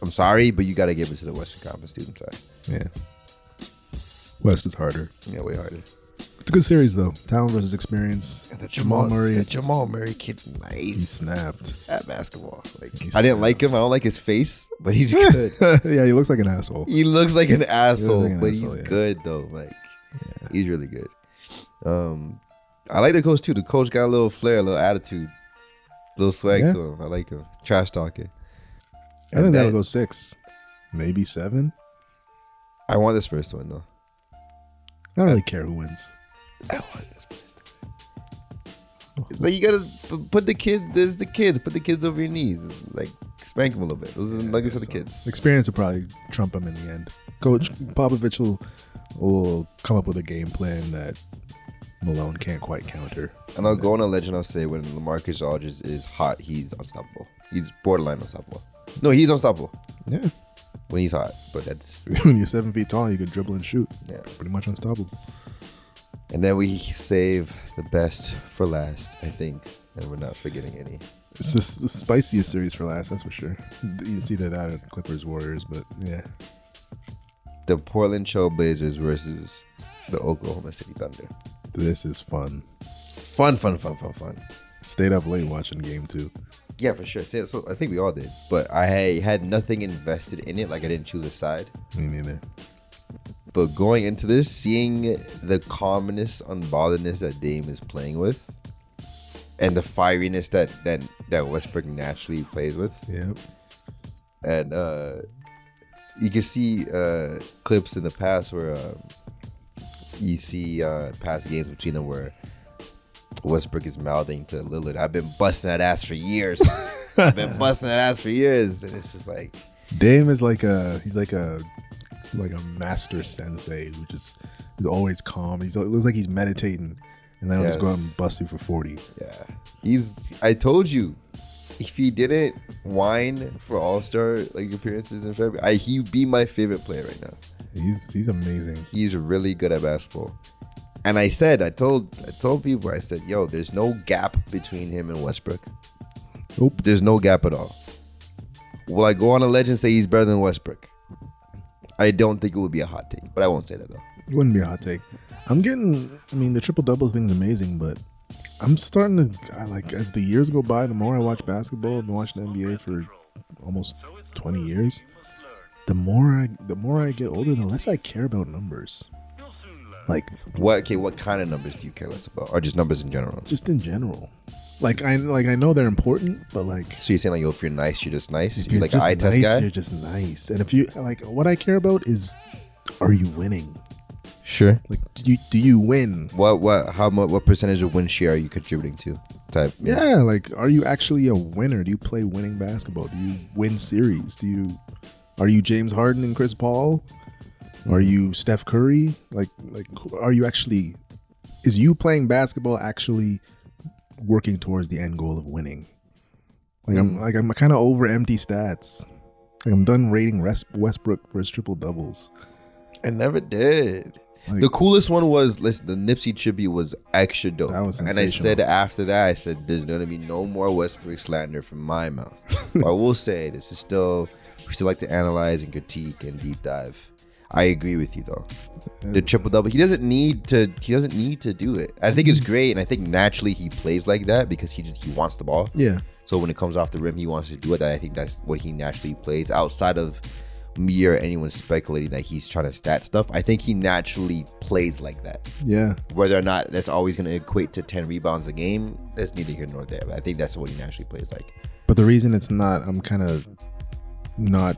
Speaker 2: I'm sorry, but you got to give it to the Western Conference dude. I'm sorry.
Speaker 1: Yeah. West is harder.
Speaker 2: Yeah, way harder.
Speaker 1: It's a good series though. Talent versus experience.
Speaker 2: That
Speaker 1: Jamal Murray.
Speaker 2: that Jamal Murray kid,
Speaker 1: He
Speaker 2: nice
Speaker 1: snapped.
Speaker 2: at basketball. Like
Speaker 1: He
Speaker 2: I didn't like him. I don't like his face, but he's good.
Speaker 1: yeah, he looks like an asshole.
Speaker 2: he looks like an asshole,
Speaker 1: like an
Speaker 2: but
Speaker 1: asshole,
Speaker 2: he's
Speaker 1: yeah.
Speaker 2: good though. Like he's really good. Um, I like the coach too. The coach got a little flair, a little attitude, a little swag
Speaker 1: Yeah.
Speaker 2: to him. I like him. Trash talking.
Speaker 1: I think
Speaker 2: And
Speaker 1: that'll
Speaker 2: that-
Speaker 1: go six, maybe seven.
Speaker 2: I want this first one though.
Speaker 1: I don't really care who wins.
Speaker 2: I want this place to win. It's like you gotta p- put the kid. There's the kids. Put the kids over your knees. It's like spank them a little bit. Those are the nuggets for the
Speaker 1: So,
Speaker 2: kids.
Speaker 1: Experience will probably trump him in the end. Coach Popovich will, will come up with a game plan that Malone can't quite counter.
Speaker 2: And I'll go on a legend. I'll say when Lamarcus Aldridge is hot, he's unstoppable. He's borderline unstoppable. No, he's unstoppable
Speaker 1: Yeah,
Speaker 2: when he's hot. But that's
Speaker 1: when you're seven feet tall, you can dribble and shoot.
Speaker 2: yeah.
Speaker 1: Pretty much unstoppable.
Speaker 2: And then we save the best for last, I think. And we're not forgetting any.
Speaker 1: It's the s- the spiciest series for last, that's for sure. You see that out of Clippers Warriors, but yeah,
Speaker 2: The Portland Trailblazers versus the Oklahoma City Thunder.
Speaker 1: this is fun.
Speaker 2: Fun, fun, fun, fun, fun.
Speaker 1: Stayed up late watching game two.
Speaker 2: Yeah, for sure. So, so I think we all did, but I had nothing invested in it. Like I didn't choose a side.
Speaker 1: Me neither.
Speaker 2: But going into this, seeing the calmness, unbotheredness that Dame is playing with, and the fieriness that that that Westbrook naturally plays with,
Speaker 1: Yeah,
Speaker 2: and uh, you can see uh, clips in the past where um, you see uh, past games between them where Westbrook is mouthing to Lillard, "I've been busting that ass for years. I've been busting that ass for years," and it's just like,
Speaker 1: Dame is like a he's like a like a master sensei who just is always calm. He's it looks like he's meditating, and then he'll just go out
Speaker 2: Yes.
Speaker 1: and bust you for forty.
Speaker 2: yeah, he's. I told you, if he didn't whine for All Star like appearances in February, I, he'd be my favorite player right now.
Speaker 1: He's he's amazing.
Speaker 2: He's really good at basketball. And I said, I told, I told people, I said, yo, there's no gap between him and Westbrook.
Speaker 1: Nope.
Speaker 2: There's no gap at all. Will I go on a ledge and say he's better than Westbrook? I don't think it would be a hot take, but I won't say that though.
Speaker 1: It wouldn't be a hot take. I'm getting. I mean, the triple double thing's amazing, but I'm starting to I like as the years go by. The more I watch basketball, I've been watching the NBA for almost 20 years. The more I, the more I get older, the less I care about numbers. Like
Speaker 2: What? Okay, what kind of numbers do you care less about, or just numbers in general?
Speaker 1: just in general. Like I like I know they're important, but like
Speaker 2: So you're saying like, yo, if you're nice, you're just nice.
Speaker 1: if
Speaker 2: you're, like an eye test
Speaker 1: nice,
Speaker 2: guy.
Speaker 1: you're just nice. And if you like, what I care about is, are you winning?
Speaker 2: Sure.
Speaker 1: Like, do you do you win?
Speaker 2: What? What? How much? What percentage of win share are you contributing to? Type.
Speaker 1: Yeah, like, are you actually a winner? Do you play winning basketball? Do you win series? Do you are you James Harden and Chris Paul? Are you Steph Curry? Like, like, are you actually? Is you playing basketball actually working towards the end goal of winning? Like, I'm like I'm kind of over empty stats. Like, I'm done rating Res- Westbrook for his triple doubles.
Speaker 2: I never did.
Speaker 1: Like-
Speaker 2: the coolest one was listen. The Nipsey tribute was extra dope,
Speaker 1: That was
Speaker 2: and I said
Speaker 1: sensational.
Speaker 2: after that, I said there's gonna be no more Westbrook slander from my mouth. but I will say this is still we still like to analyze and critique and deep dive. I agree with you though. The triple double, he doesn't need to. He doesn't need to do it. I think it's
Speaker 1: Mm-hmm.
Speaker 2: great, and I think naturally he plays like that because he just he wants the ball.
Speaker 1: Yeah,
Speaker 2: So when it comes off the rim, he wants to do it. I think that's what he naturally plays. Outside of me or anyone speculating that he's trying to stat stuff, I think he naturally plays like that.
Speaker 1: yeah.
Speaker 2: Whether or not that's always going to equate to 10 rebounds a game, that's neither here nor there. But I think that's what he naturally plays like.
Speaker 1: But the reason it's not, I'm kind of not.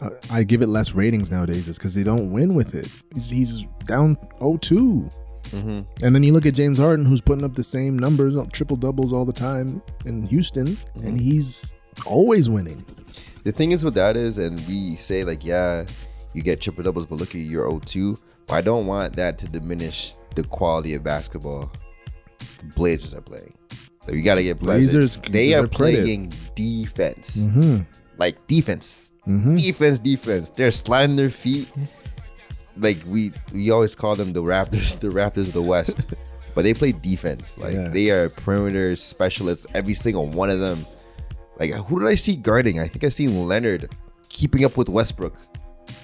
Speaker 1: I, I give it less ratings nowadays is because they don't win with it. He's, he's down 0-2. And then you look at James Harden, who's putting up the same numbers, triple doubles all the time in Houston,
Speaker 2: Mm-hmm.
Speaker 1: and he's always winning.
Speaker 2: The thing is with that is, and we say like, yeah, you get triple doubles, but look at your 0-2. I don't want that to diminish the quality of basketball the Blazers are playing. So you gotta get pleasant.
Speaker 1: Blazers
Speaker 2: They
Speaker 1: deserve
Speaker 2: are
Speaker 1: credit.
Speaker 2: playing defense,
Speaker 1: Mm-hmm.
Speaker 2: like defense, defense, defense. They're sliding their feet. Like we we always call them the Raptors, the Raptors of the West, but they play defense. Like
Speaker 1: Yeah.
Speaker 2: they are perimeter specialists. Every single one of them. Like who did I see guarding? I think I seen Leonard keeping up with Westbrook,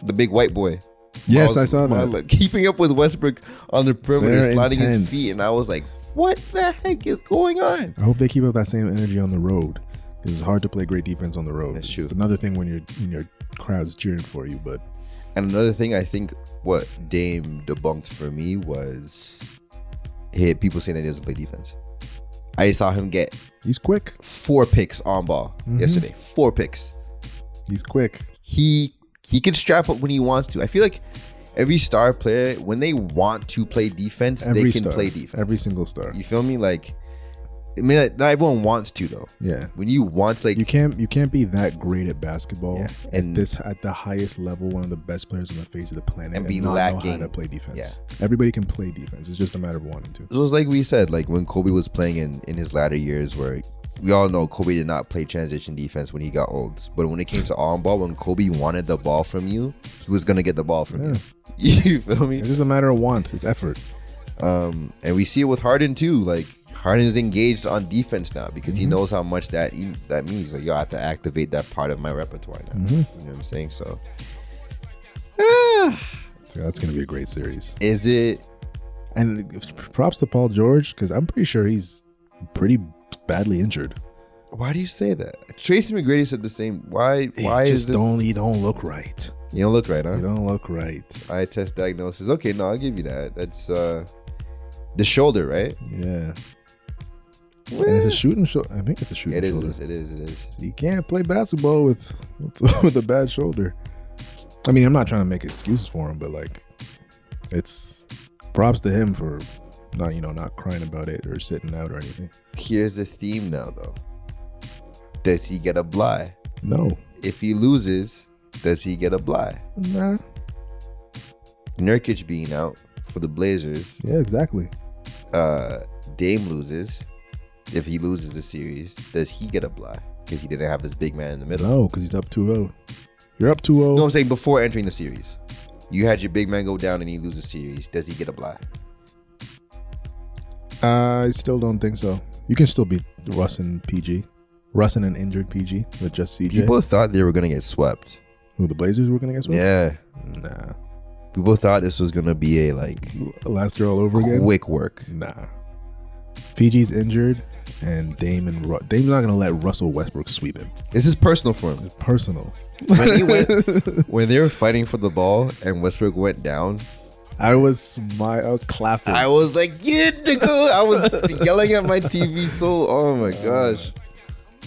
Speaker 2: the big white boy.
Speaker 1: Yes,
Speaker 2: was-
Speaker 1: I saw that.
Speaker 2: while, like, keeping up with Westbrook on the perimeter,
Speaker 1: They're
Speaker 2: sliding
Speaker 1: intense.
Speaker 2: his feet, and I was like, "What the heck is going on?"
Speaker 1: I hope they keep up that same energy on the road. 'cause It's hard to play great defense on the road.
Speaker 2: That's
Speaker 1: It's
Speaker 2: true.
Speaker 1: another thing when your when your crowd's cheering for you, but
Speaker 2: And another thing I think what Dame debunked for me was hit people saying that he doesn't play defense. I saw him get
Speaker 1: he's quick.
Speaker 2: four picks on ball
Speaker 1: Mm-hmm.
Speaker 2: yesterday. Four picks.
Speaker 1: He's quick.
Speaker 2: He he can strap up when he wants to. I feel like every star player when they want to play defense,
Speaker 1: Every
Speaker 2: they can
Speaker 1: star.
Speaker 2: play defense.
Speaker 1: Every single star.
Speaker 2: you feel me? Like I mean, not- not everyone wants to though.
Speaker 1: Yeah.
Speaker 2: When you want to, like
Speaker 1: You can't you can't be that great at basketball
Speaker 2: Yeah,
Speaker 1: at
Speaker 2: and-
Speaker 1: this at the highest level, one of the best players on the face of the planet, and,
Speaker 2: be
Speaker 1: not know how
Speaker 2: lacking-
Speaker 1: to play defense. Everybody can play defense. It's just a matter of wanting to.
Speaker 2: it was like we said, like when Kobe was playing in, in his latter years, where we all know Kobe did not play transition defense when he got old. But when it came to on ball, when Kobe wanted the ball from you, he was gonna get the ball from you. You feel me?
Speaker 1: It's just a matter of want. It's effort.
Speaker 2: Um, and we see it with Harden too. Like Harden is engaged on defense now because
Speaker 1: Mm-hmm.
Speaker 2: he knows how much that e, that means. Like yo, I have to activate that part of my repertoire now.
Speaker 1: Mm-hmm.
Speaker 2: You know what I'm saying? So,
Speaker 1: So that's gonna be a great series.
Speaker 2: is it?
Speaker 1: And props to Paul George because I'm pretty sure he's pretty badly injured.
Speaker 2: Why do you say that? Tracy McGrady said the same. Why?
Speaker 1: He
Speaker 2: Why
Speaker 1: just
Speaker 2: is this?
Speaker 1: don't he don't look right.
Speaker 2: you don't look right, huh?
Speaker 1: You don't look right.
Speaker 2: eye test diagnosis. Okay, no, I'll give you that. That's uh the shoulder, right?
Speaker 1: Yeah, and it's a shooting shoulder. I think it's a shooting
Speaker 2: It is,
Speaker 1: shoulder.
Speaker 2: it is, it is.
Speaker 1: You can't play basketball with with, with a bad shoulder. I mean, I'm not trying to make excuses for him, but like, it's props to him for not you know not crying about it or sitting out or anything.
Speaker 2: Here's the theme now though. Does he get a bly?
Speaker 1: No,
Speaker 2: If he loses, does he get a bly?
Speaker 1: nah,
Speaker 2: Nurkic being out for the Blazers,
Speaker 1: yeah, exactly.
Speaker 2: uh Dame loses. If he loses the series, does he get a bly? Because he didn't have his big man in the middle.
Speaker 1: No, because he's up 2-0. You're up 2-0.
Speaker 2: No, I'm saying before entering the series. You had your big man go down and he loses the series. Does he get a bly?
Speaker 1: I still don't think so. You can still beat Russ and PG. Russ and an injured PG with just CJ.
Speaker 2: People thought they were gonna get swept.
Speaker 1: Who the Blazers were going to guess with?
Speaker 2: Yeah.
Speaker 1: Nah.
Speaker 2: People thought this was gonna be a like
Speaker 1: Last year all over again?
Speaker 2: quick work.
Speaker 1: Nah. PG's injured, and Dame and Ru- Dame's not going to let Russell Westbrook sweep him.
Speaker 2: This is personal for him.
Speaker 1: Personal.
Speaker 2: When, he went, when they were fighting for the ball and Westbrook went down,
Speaker 1: I was my I was clapping.
Speaker 2: I was like, "Yeah, nigga!" I was yelling at my TV. So, oh my gosh,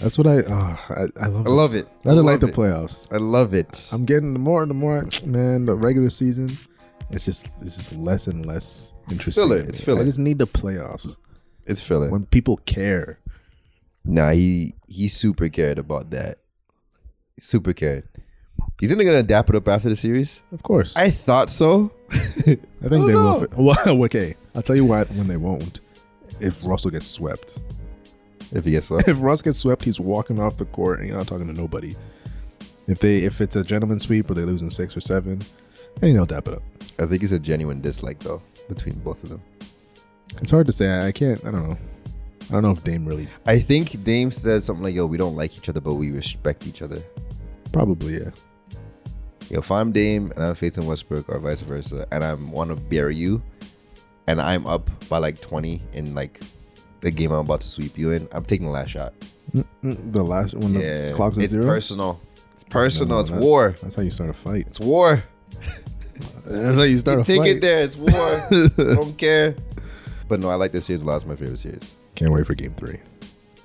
Speaker 1: That's what I. ah, I, I love.
Speaker 2: I love it.
Speaker 1: I didn't like
Speaker 2: love
Speaker 1: the
Speaker 2: it.
Speaker 1: playoffs.
Speaker 2: I love it.
Speaker 1: I'm getting the more and the more. I, man, the regular season, it's just it's just less and less interesting.
Speaker 2: filler.
Speaker 1: to me.
Speaker 2: It's filler.
Speaker 1: I just need the playoffs
Speaker 2: It's feeling.
Speaker 1: when people care.
Speaker 2: Nah, he he super cared about that. Super cared. You think they're gonna dap it up after the series?
Speaker 1: Of course,
Speaker 2: I thought so.
Speaker 1: I think
Speaker 2: I
Speaker 1: they
Speaker 2: don't
Speaker 1: will.
Speaker 2: know.
Speaker 1: Fi- well, okay, I'll tell you what. When they won't, if Russell gets swept,
Speaker 2: if he gets swept,
Speaker 1: if Russ gets swept, he's walking off the court and you're not talking to nobody. If they if it's a gentleman sweep or they lose in six or seven, then you know dap it up.
Speaker 2: I think it's a genuine dislike though between both of them.
Speaker 1: It's hard to say. I, I can't. I don't know. I don't know if Dame really.
Speaker 2: I think Dame said something like, "Yo, we don't like each other, but we respect each other."
Speaker 1: Probably yeah.
Speaker 2: Yo, if I'm Dame and I'm facing Westbrook or vice versa, and I want to bury you, and I'm up by like 20 in like the game I'm about to sweep you in, I'm taking the last shot.
Speaker 1: Mm, The last when
Speaker 2: Yeah,
Speaker 1: the clock's at
Speaker 2: it's
Speaker 1: zero.
Speaker 2: personal. It's personal.
Speaker 1: No,
Speaker 2: it's
Speaker 1: that-
Speaker 2: war.
Speaker 1: That's how you start a fight.
Speaker 2: It's war.
Speaker 1: That's how you start a
Speaker 2: Take
Speaker 1: fight.
Speaker 2: it there. It's war. don't care. But no, I like this series a lot. It's my favorite series.
Speaker 1: Can't wait for game three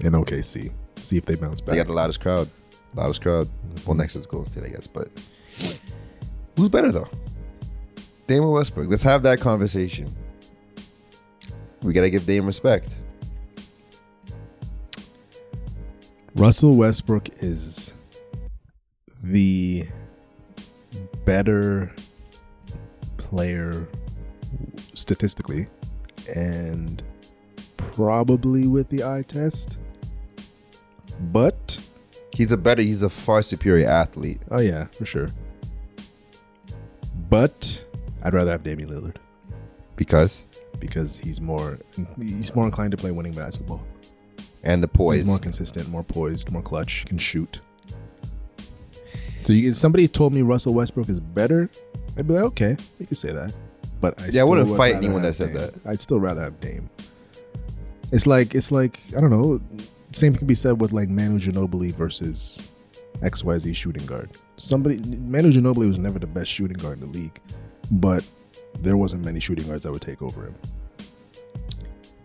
Speaker 1: in OKC. See if they bounce
Speaker 2: They got
Speaker 1: back.
Speaker 2: the loudest crowd. Loudest crowd. Well, next to the Golden State, I guess. But who's better though? Dame or Westbrook? Let's have that conversation. We gotta give Dame respect.
Speaker 1: Russell Westbrook is the better player statistically and probably with the eye test. But
Speaker 2: He's a better. He's a far superior athlete.
Speaker 1: oh yeah, for sure. But I'd rather have Damian Lillard
Speaker 2: because
Speaker 1: because he's more he's more inclined to play winning basketball.
Speaker 2: and the poise.
Speaker 1: He's more consistent, more poised, more clutch, can shoot. So you, somebody told me Russell Westbrook is better. I'd be like, okay, you can say that. But I
Speaker 2: Yeah, I wouldn't
Speaker 1: still would
Speaker 2: fight
Speaker 1: rather
Speaker 2: anyone that
Speaker 1: have
Speaker 2: said
Speaker 1: Dame. I'd still rather have Dame. It's like it's like I don't know. Same can be said with like Manu Ginobili versus XYZ shooting guard. Somebody Manu Ginobili was never the best shooting guard in the league, but there wasn't many shooting guards that would take over him.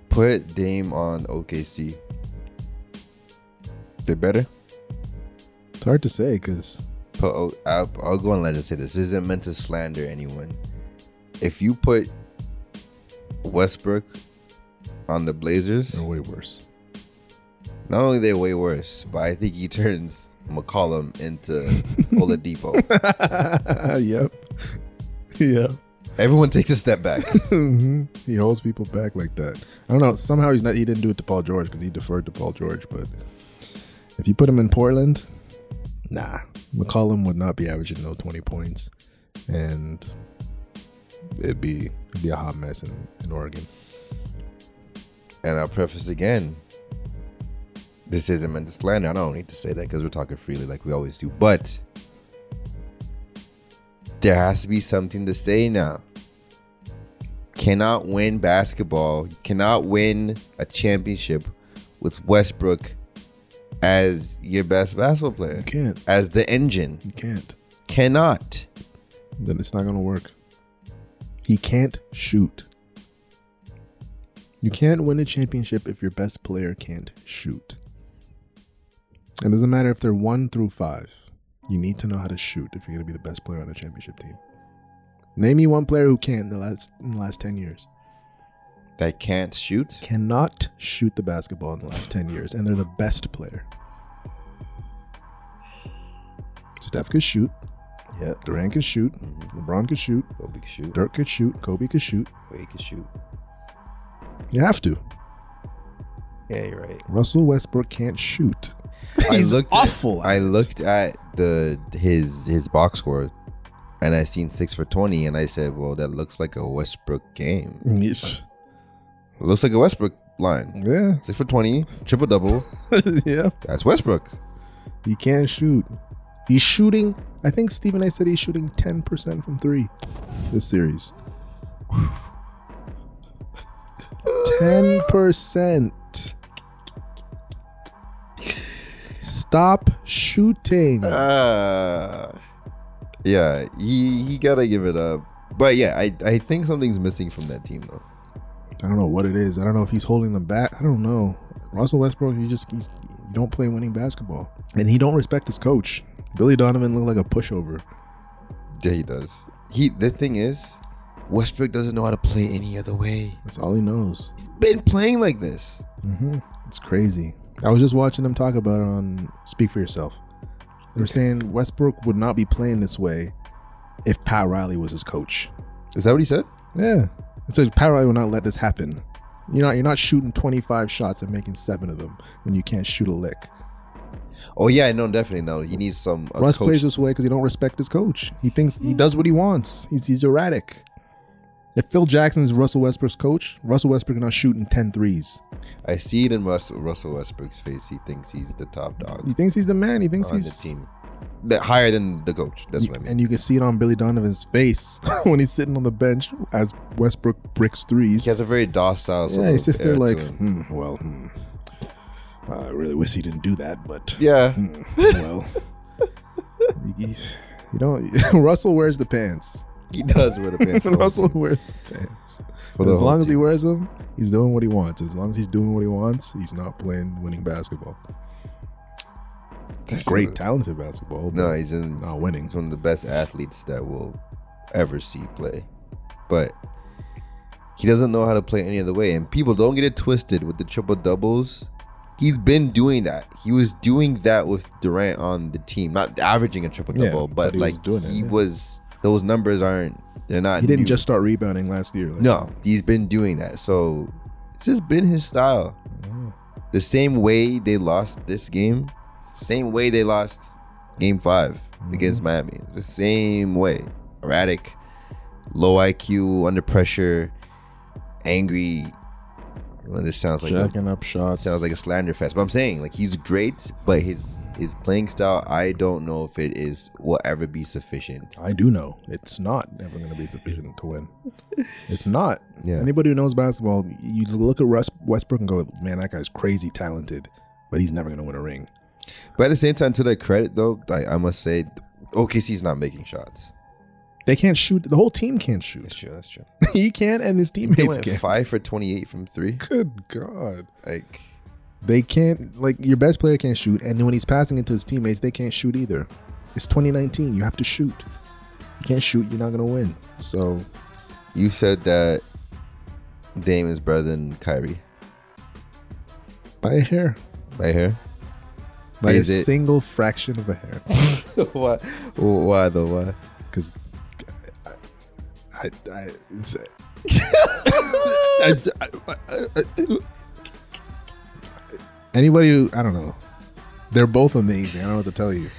Speaker 2: Put Dame on OKC. They're better.
Speaker 1: It's hard to say because
Speaker 2: Put o- I'll, I'll go on let just say this. this isn't meant to slander anyone. If you put Westbrook on the Blazers,
Speaker 1: they're way worse.
Speaker 2: not only they're way worse, but I think he turns McCollum into Oladipo.
Speaker 1: yep. yep.
Speaker 2: Everyone takes a step back.
Speaker 1: he holds people back like that. I don't know. Somehow he's not. He didn't do it to Paul George because he deferred to Paul George. But if you put him in Portland, nah, McCollum would not be averaging no twenty points, and it'd be it'd be a hot mess in, in Oregon.
Speaker 2: And I'll preface again. This isn't meant to slander. I don't need to say that because we're talking freely like we always do. But there has to be something to say now. Cannot win basketball. You cannot win a championship with Westbrook as your best basketball player,
Speaker 1: You can't.
Speaker 2: as the engine.
Speaker 1: You can't.
Speaker 2: Cannot.
Speaker 1: Then it's not gonna work. He can't shoot. You can't win a championship if your best player can't shoot. It doesn't matter if they're one through five. You need to know how to shoot if you're going to be the best player on a championship team. Name me one player who can't in the last in the last ten years.
Speaker 2: That can't shoot.
Speaker 1: Cannot shoot the basketball in the last ten years, and they're the best player. Steph could shoot.
Speaker 2: Yeah.
Speaker 1: Durant could shoot. LeBron could shoot.
Speaker 2: Kobe can shoot.
Speaker 1: Dirk could shoot. Kobe could shoot.
Speaker 2: Wade can shoot.
Speaker 1: You have to.
Speaker 2: Yeah, you're right.
Speaker 1: Russell Westbrook can't shoot. He's
Speaker 2: I looked
Speaker 1: awful
Speaker 2: At,
Speaker 1: at
Speaker 2: I
Speaker 1: it.
Speaker 2: looked at the his his box score, and I seen six for twenty, and I said, "Well, that looks like a Westbrook game.
Speaker 1: yeah.
Speaker 2: It looks like a Westbrook line. Six for twenty, triple double.
Speaker 1: yeah.
Speaker 2: That's Westbrook.
Speaker 1: He can't shoot. He's shooting. I think Stephen I said he's shooting 10% from three this series. 10%. Stop shooting.
Speaker 2: Uh, yeah, he he gotta give it up. But yeah, I I think something's missing from that team though.
Speaker 1: I don't know what it is. I don't know if he's holding them back. I don't know. Russell Westbrook, he just he's, he don't play winning basketball, and he don't respect his coach. Billy Donovan looked like a pushover.
Speaker 2: Yeah, he does. He the thing is, Westbrook doesn't know how to play any other way.
Speaker 1: That's all he knows.
Speaker 2: He's been playing like this.
Speaker 1: hmm It's crazy. I was just watching them talk about it on Speak for Yourself. They were saying Westbrook would not be playing this way if Pat Riley was his coach.
Speaker 2: Is that what he said?
Speaker 1: Yeah, it says Pat Riley will not let this happen. You're not you're not shooting 25 shots and making seven of them when you can't shoot a lick.
Speaker 2: Oh yeah, no, definitely no. He needs some a
Speaker 1: Russ
Speaker 2: coach
Speaker 1: plays this way because he don't respect his coach. He thinks he does what he wants. He's, he's erratic. If Phil Jackson is Russell Westbrook's coach, Russell Westbrook is not shooting 10 threes.
Speaker 2: I see it in Russell, Russell Westbrook's face. He thinks he's the top dog
Speaker 1: He thinks he's the man. He thinks
Speaker 2: on the
Speaker 1: he's
Speaker 2: team, that higher than the coach. That's
Speaker 1: You-
Speaker 2: what I mean.
Speaker 1: and you can see it on Billy Donovan's face when he's sitting on the bench as Westbrook bricks threes.
Speaker 2: He has a very docile. sort
Speaker 1: yeah,
Speaker 2: of
Speaker 1: his sister
Speaker 2: air to
Speaker 1: like,
Speaker 2: him.
Speaker 1: hmm, well, hmm. I really wish he didn't do that, but
Speaker 2: yeah,
Speaker 1: hmm, well, you, you don't. Russell wears the pants.
Speaker 2: he does wear the pants. for the whole
Speaker 1: Russell
Speaker 2: team.
Speaker 1: wears the pants.
Speaker 2: For the
Speaker 1: as
Speaker 2: whole
Speaker 1: long as he
Speaker 2: team.
Speaker 1: wears them, he's doing what he wants. As long as he's doing what he wants, he's not playing winning basketball.
Speaker 2: That's
Speaker 1: Great,
Speaker 2: a-
Speaker 1: talented basketball. but
Speaker 2: No, he's in.
Speaker 1: not winning.
Speaker 2: He's one of the best athletes that will ever see play, but he doesn't know how to play any other way. And people don't get it twisted with the triple doubles. He's been doing that. He was doing that with Durant on the team, not averaging a triple
Speaker 1: Yeah,
Speaker 2: double,
Speaker 1: but
Speaker 2: but,
Speaker 1: he was
Speaker 2: like
Speaker 1: doing it,
Speaker 2: he
Speaker 1: yeah.
Speaker 2: was. Those numbers aren't. They're not.
Speaker 1: He didn't
Speaker 2: new.
Speaker 1: just start rebounding last year. like-
Speaker 2: No, he's been doing that. So it's just been his style.
Speaker 1: oh.
Speaker 2: The same way they lost this game, same way they lost game 5 against Miami. The same way. Erratic, low IQ, under pressure, angry. Well, this sounds like a,
Speaker 1: jacking up shots.
Speaker 2: sounds like a slander fest. But I'm saying, like, he's great, but his his playing style, I don't know if it is will ever be sufficient.
Speaker 1: I do know it's not ever going to be sufficient to win. It's not.
Speaker 2: Yeah.
Speaker 1: Anybody who knows basketball, you just look at Russ Westbrook and go, "Man, that guy's crazy talented, but he's never going to win a ring."
Speaker 2: But at the same time, to their credit though, like, I must say, OKC's not making shots.
Speaker 1: They can't shoot. The whole team can't
Speaker 2: That's
Speaker 1: shoot.
Speaker 2: true. That's true.
Speaker 1: he can't, and his
Speaker 2: They
Speaker 1: teammates
Speaker 2: went
Speaker 1: can't.
Speaker 2: five for twenty-eight from three.
Speaker 1: Good God.
Speaker 2: Like,
Speaker 1: They can't like your best player can't shoot, and when he's passing it to his teammates, they can't shoot either. It's 2019. You have to shoot. You can't shoot, you're not gonna win. So
Speaker 2: You said that Dame is better than Kyrie
Speaker 1: by a hair,
Speaker 2: by hair.
Speaker 1: by
Speaker 2: Is
Speaker 1: a
Speaker 2: it-
Speaker 1: single fraction of a hair,
Speaker 2: why? Why though? Why?
Speaker 1: because I, I, I, it's- uh, anybody who I don't know, they're both amazing. I don't know what to tell you.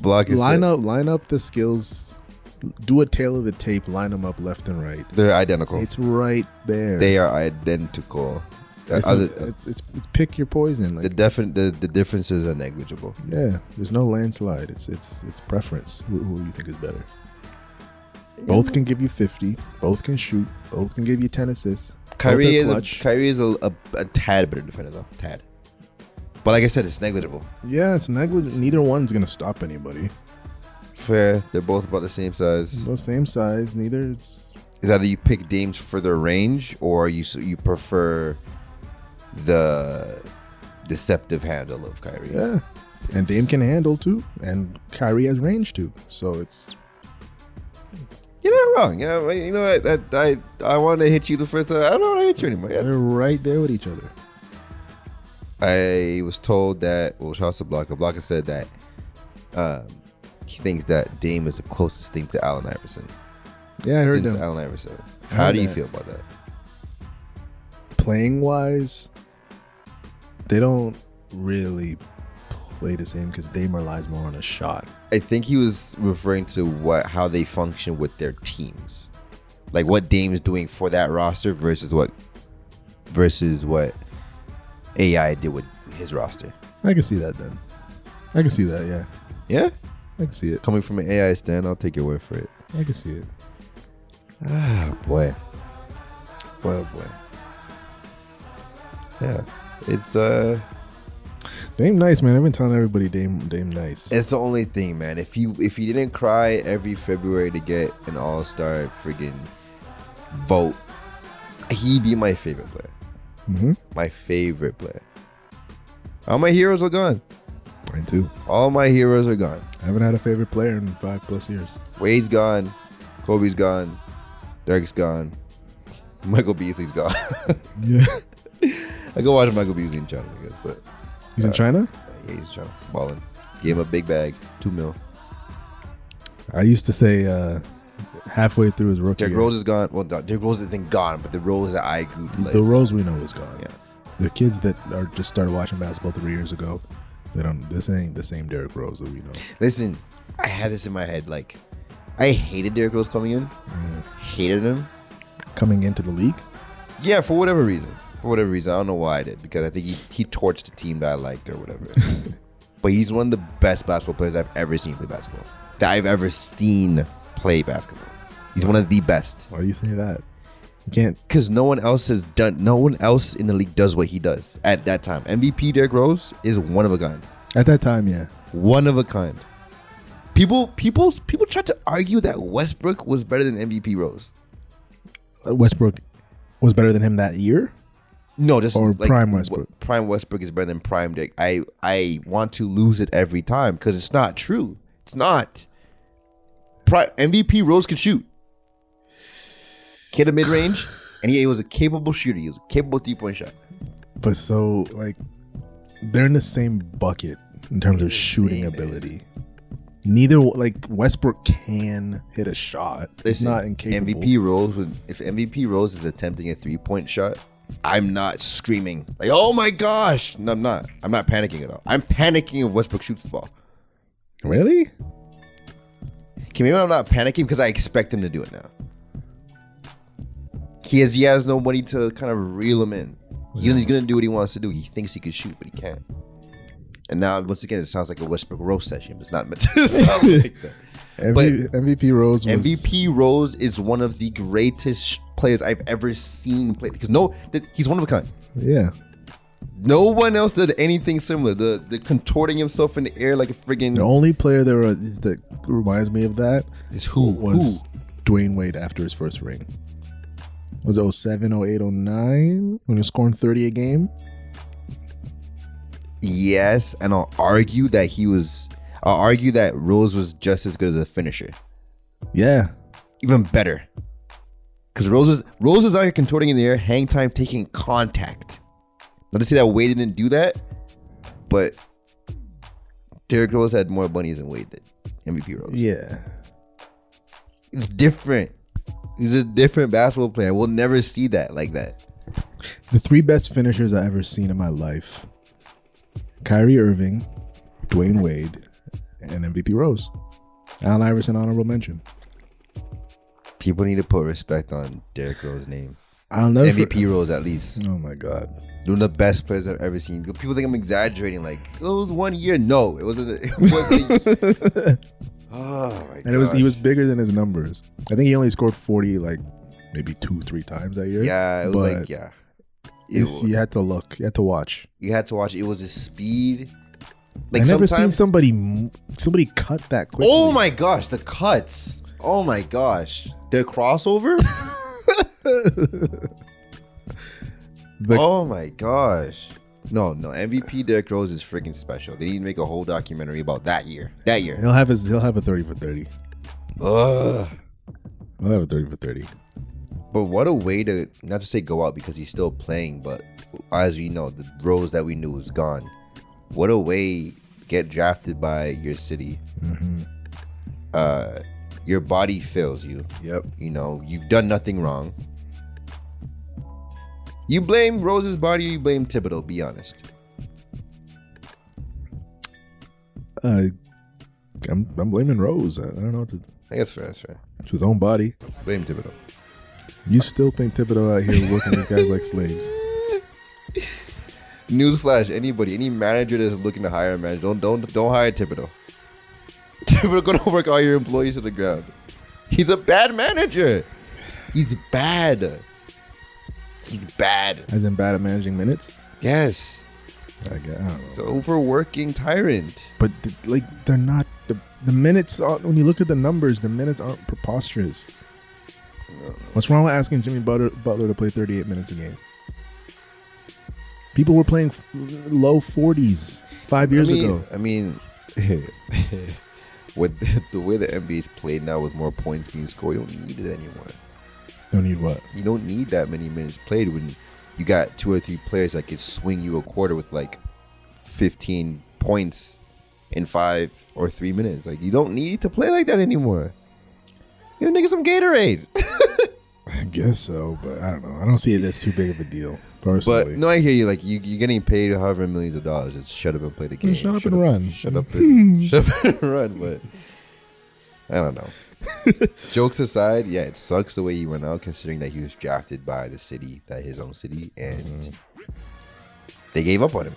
Speaker 2: Block is
Speaker 1: line
Speaker 2: it.
Speaker 1: up, line up the skills. Do a tail of the tape. Line them up left and right.
Speaker 2: They're identical.
Speaker 1: It's right there.
Speaker 2: they are identical. Uh,
Speaker 1: it's,
Speaker 2: other-
Speaker 1: it's, it's, it's pick your poison.
Speaker 2: the
Speaker 1: Like,
Speaker 2: defi- the, the differences are negligible.
Speaker 1: yeah, there's no landslide. It's it's it's preference. Who, who you think is better? Both can give you 50. Both can shoot. Both can give you 10 assists. both are
Speaker 2: Kyrie is a,
Speaker 1: clutch.
Speaker 2: Kyrie is a, a, a tad better defender though. Tad. But like I said, it's negligible.
Speaker 1: yeah, it's negligent. Neither one's gonna stop anybody.
Speaker 2: Fair. They're both about the same size.
Speaker 1: Both same size. Neither. It's,
Speaker 2: Is either you pick Dame's further range or you s- you prefer the deceptive handle of Kyrie.
Speaker 1: yeah, and Dame can handle too, and Kyrie has range too. So it's
Speaker 2: You're not wrong. Yeah, well, you know what? I I, I want to hit you the first time. I don't want to hit you anymore. Yeah.
Speaker 1: they're right there with each other.
Speaker 2: I was told that. Well, shout out to Blocker. Blocker said that um, he thinks that Dame is the closest thing to Allen Iverson.
Speaker 1: Yeah, I heard
Speaker 2: Since
Speaker 1: them.
Speaker 2: Allen Iverson.
Speaker 1: I
Speaker 2: How
Speaker 1: heard
Speaker 2: do you
Speaker 1: that.
Speaker 2: feel about that?
Speaker 1: playing wise, they don't really play the same because Dame relies more on a shot.
Speaker 2: I think he was referring to what how they function with their teams, like what Dame is doing for that roster versus what versus what AI did with his roster.
Speaker 1: I can see that then. I can see that. Yeah,
Speaker 2: Yeah,
Speaker 1: I can see it.
Speaker 2: coming from an AI stand, I'll take your word for it.
Speaker 1: I can see it.
Speaker 2: Ah, boy. Boy, oh boy. Yeah. It's uh
Speaker 1: Dame nice man. I've been telling everybody Dame Dame nice.
Speaker 2: it's the only thing, man. If you if you didn't cry every February to get an all-star freaking vote, he'd be my favorite player.
Speaker 1: mm-hmm.
Speaker 2: My favorite player. All my heroes are gone.
Speaker 1: Mine too.
Speaker 2: All my heroes are gone.
Speaker 1: I haven't had a favorite player in five plus years.
Speaker 2: Wade's gone. Kobe's gone. Dirk's gone. Michael Beasley's gone.
Speaker 1: Yeah,
Speaker 2: I go watch Michael Beasley in China, I guess, but
Speaker 1: he's in China.
Speaker 2: Uh, Yeah, he's drunk, balling. Gave him a big bag, two mil.
Speaker 1: I used to say uh, halfway through his rookie,
Speaker 2: Derrick
Speaker 1: year,
Speaker 2: Rose is gone. Well, no, Derrick Rose isn't gone, but the Rose that I grew to like.
Speaker 1: the Rose we know is gone.
Speaker 2: Yeah.
Speaker 1: The kids that are just started watching basketball three years ago, they don't. This ain't the same Derrick Rose that we know.
Speaker 2: Listen, I had this in my head. Like, I hated Derrick Rose coming in. Hated him.
Speaker 1: Coming into the league,
Speaker 2: Yeah, for whatever reason. For whatever reason, I don't know why I did because I think he, he torched the team that I liked or whatever. but he's one of the best basketball players I've ever seen play basketball. That I've ever seen play basketball. He's one of the best.
Speaker 1: Why do you say that? You can't.
Speaker 2: because no one else has done. No one else in the league does what he does at that time. MVP Derrick Rose is one of a kind.
Speaker 1: At that time, yeah.
Speaker 2: One of a kind. People, people, people tried to argue that Westbrook was better than MVP Rose.
Speaker 1: Westbrook was better than him that year.
Speaker 2: No, just
Speaker 1: Or prime
Speaker 2: w-
Speaker 1: Westbrook.
Speaker 2: Prime Westbrook is better than prime Dick. I I want to lose it every time because it's not true. It's not. Prime, MVP Rose could shoot. Kid a mid range, and he, he was a capable shooter. He was a capable three point shot.
Speaker 1: But so, like, they're in the same bucket in terms of shooting
Speaker 2: Same,
Speaker 1: ability. Neither, like, Westbrook can hit a shot. It's
Speaker 2: Listen,
Speaker 1: not incapable.
Speaker 2: MVP Rose. would- If MVP Rose is attempting a three point shot, I'm not screaming like, "Oh my gosh!" No, I'm not. I'm not panicking at all. I'm panicking if Westbrook shoots the ball.
Speaker 1: Really?
Speaker 2: Can maybe I'm not panicking because I expect him to do it now. He has he has nobody to kind of reel him in. He- He's gonna do what he wants to do. He thinks he can shoot, but he can't. And now, once again, it sounds like a Westbrook Rose session, but it's not meant to sound like that.
Speaker 1: MV, MVP Rose was
Speaker 2: MVP Rose is one of the greatest players I've ever seen play because no, th- he's one of a kind.
Speaker 1: Yeah.
Speaker 2: No one else did anything similar. The the contorting himself in the air like a friggin'
Speaker 1: The only player that, re- that reminds me of that
Speaker 2: is who
Speaker 1: was
Speaker 2: who?
Speaker 1: Dwayne Wade after his first ring. Was it 07, 08, 09 when he was scoring 30 a game?
Speaker 2: Yes, and I'll argue that he was. I'll argue that Rose was just as good as a finisher,
Speaker 1: Yeah.
Speaker 2: even better. Because Rose is Rose is out here contorting in the air, hang time, taking contact. Not to say that Wade didn't do that, but Derrick Rose had more bunnies than Wade did. MVP Rose.
Speaker 1: Yeah.
Speaker 2: It's different. He's a different basketball player. We'll never see that like that.
Speaker 1: The three best finishers I ever seen in my life Kyrie Irving, Dwayne Wade, and MVP Rose. Allen Iverson, honorable mention.
Speaker 2: People need to put respect on Derrick Rose's name.
Speaker 1: I'll never.
Speaker 2: MVP Rose at least.
Speaker 1: Oh my God.
Speaker 2: One of the best players I've ever seen. People think I'm exaggerating. Like it was one year. No, it wasn't. It was. A, oh my god.
Speaker 1: And it was he was bigger than his numbers. I think he only scored 40 like maybe two, three times that year.
Speaker 2: Yeah, it was
Speaker 1: But
Speaker 2: like yeah. It
Speaker 1: If
Speaker 2: was-
Speaker 1: you had to look, you had to watch.
Speaker 2: you had to watch. It It was his speed. Like
Speaker 1: I never seen
Speaker 2: sometimes-
Speaker 1: somebody m- somebody cut that quickly.
Speaker 2: Oh my gosh, the cuts. Oh my gosh, their crossover.
Speaker 1: The-
Speaker 2: oh my gosh. No, no. MVP Derrick Rose is freaking special. They need to make a whole documentary about that year. That year.
Speaker 1: He'll have his he'll have a 30 for 30.
Speaker 2: Ugh.
Speaker 1: He'll have a 30 for 30.
Speaker 2: But what a way to not to say go out because he's still playing, but as we know, the Rose that we knew is gone. What a way to get drafted by your city. Uh, your body fails you.
Speaker 1: Yep.
Speaker 2: You know, you've done nothing wrong. You blame Rose's body or you blame Thibodeau, be honest.
Speaker 1: Uh, I'm, I'm blaming Rose. I I don't know. What to,
Speaker 2: I guess fair, that's fair.
Speaker 1: it's his own body.
Speaker 2: Blame Thibodeau.
Speaker 1: You still think Thibodeau out here working these guys like slaves?
Speaker 2: Newsflash, anybody, any manager that's looking to hire a manager, don't don't don't hire Thibodeau. Thibodeau gonna work all your employees to the ground. He's a bad manager. He's bad. He's bad.
Speaker 1: As in bad at managing minutes?
Speaker 2: Yes.
Speaker 1: I guess. I don't know.
Speaker 2: It's an overworking tyrant.
Speaker 1: but th- like they're not the the minutes aren't, when you look at the numbers the minutes aren't preposterous what's wrong with asking jimmy butler, butler to play 38 minutes a game people were playing f- low 40s five years
Speaker 2: I mean,
Speaker 1: ago
Speaker 2: I mean, with the, the way the NBA is played now, with more points being scored, you don't need it anymore.
Speaker 1: don't need what
Speaker 2: You don't need that many minutes played when you got two or three players that could swing you a quarter with like 15 points in five or three minutes. Like, you don't need to play like that anymore. You nigga some Gatorade.
Speaker 1: i guess so but i don't know i don't see it as too big of a deal
Speaker 2: But
Speaker 1: personally
Speaker 2: no, I hear you. Like, you, you're getting paid however millions of dollars. Just shut up and play the game.
Speaker 1: shut up and run.
Speaker 2: Shut up and, shut up and run. But I don't know. Jokes aside, yeah, it sucks the way he went out, considering that he was drafted by the city, that his own city, and
Speaker 1: Mm-hmm.
Speaker 2: they gave up on him.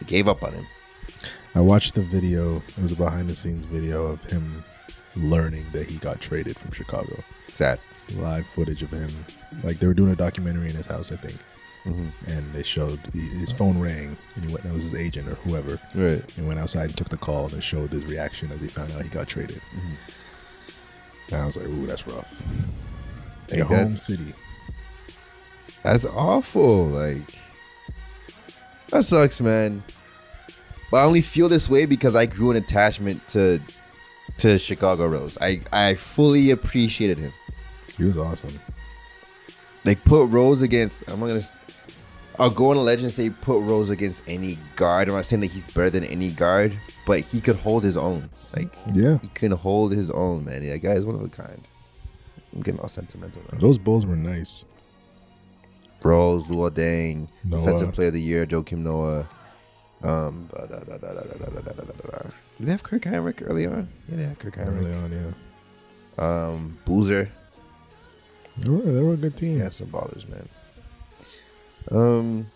Speaker 2: They gave up on him.
Speaker 1: i watched the video it was a behind the scenes video of him learning that he got traded from chicago
Speaker 2: Sad.
Speaker 1: live footage of him. Like they were doing a documentary in his house, I think, and they showed his phone rang, and he went. That was his agent or whoever.
Speaker 2: Right.
Speaker 1: He went outside and took the call, and it showed his reaction as he found out he got traded. And I was like, "Ooh, that's rough."
Speaker 2: Like
Speaker 1: Your
Speaker 2: that?
Speaker 1: home city.
Speaker 2: That's awful. Like that sucks, man. But I only feel this way because I grew an attachment to to Chicago Rose. I I fully appreciated him.
Speaker 1: He was awesome.
Speaker 2: Like put Rose against. I'm not gonna. s- I'll go on a legend and say put Rose against any guard. I'm not saying that he's better than any guard, but he could hold his own. Like
Speaker 1: Yeah,
Speaker 2: he can hold his own, man. That guy is one of a kind. I'm getting all sentimental. Now.
Speaker 1: those Bulls were nice.
Speaker 2: Rose, Luol Deng,
Speaker 1: Noah.
Speaker 2: Defensive Player of the Year, Joakim Noah. Um, ba- da- da- da- da- da- da- da- da- da- da- da- da. Did they have Kirk Heinrich early on? Yeah, they had Kirk Heinrich.
Speaker 1: Early on, yeah,
Speaker 2: Um, Boozer.
Speaker 1: they were, they were a good team.
Speaker 2: Yeah, some ballers, man. Um,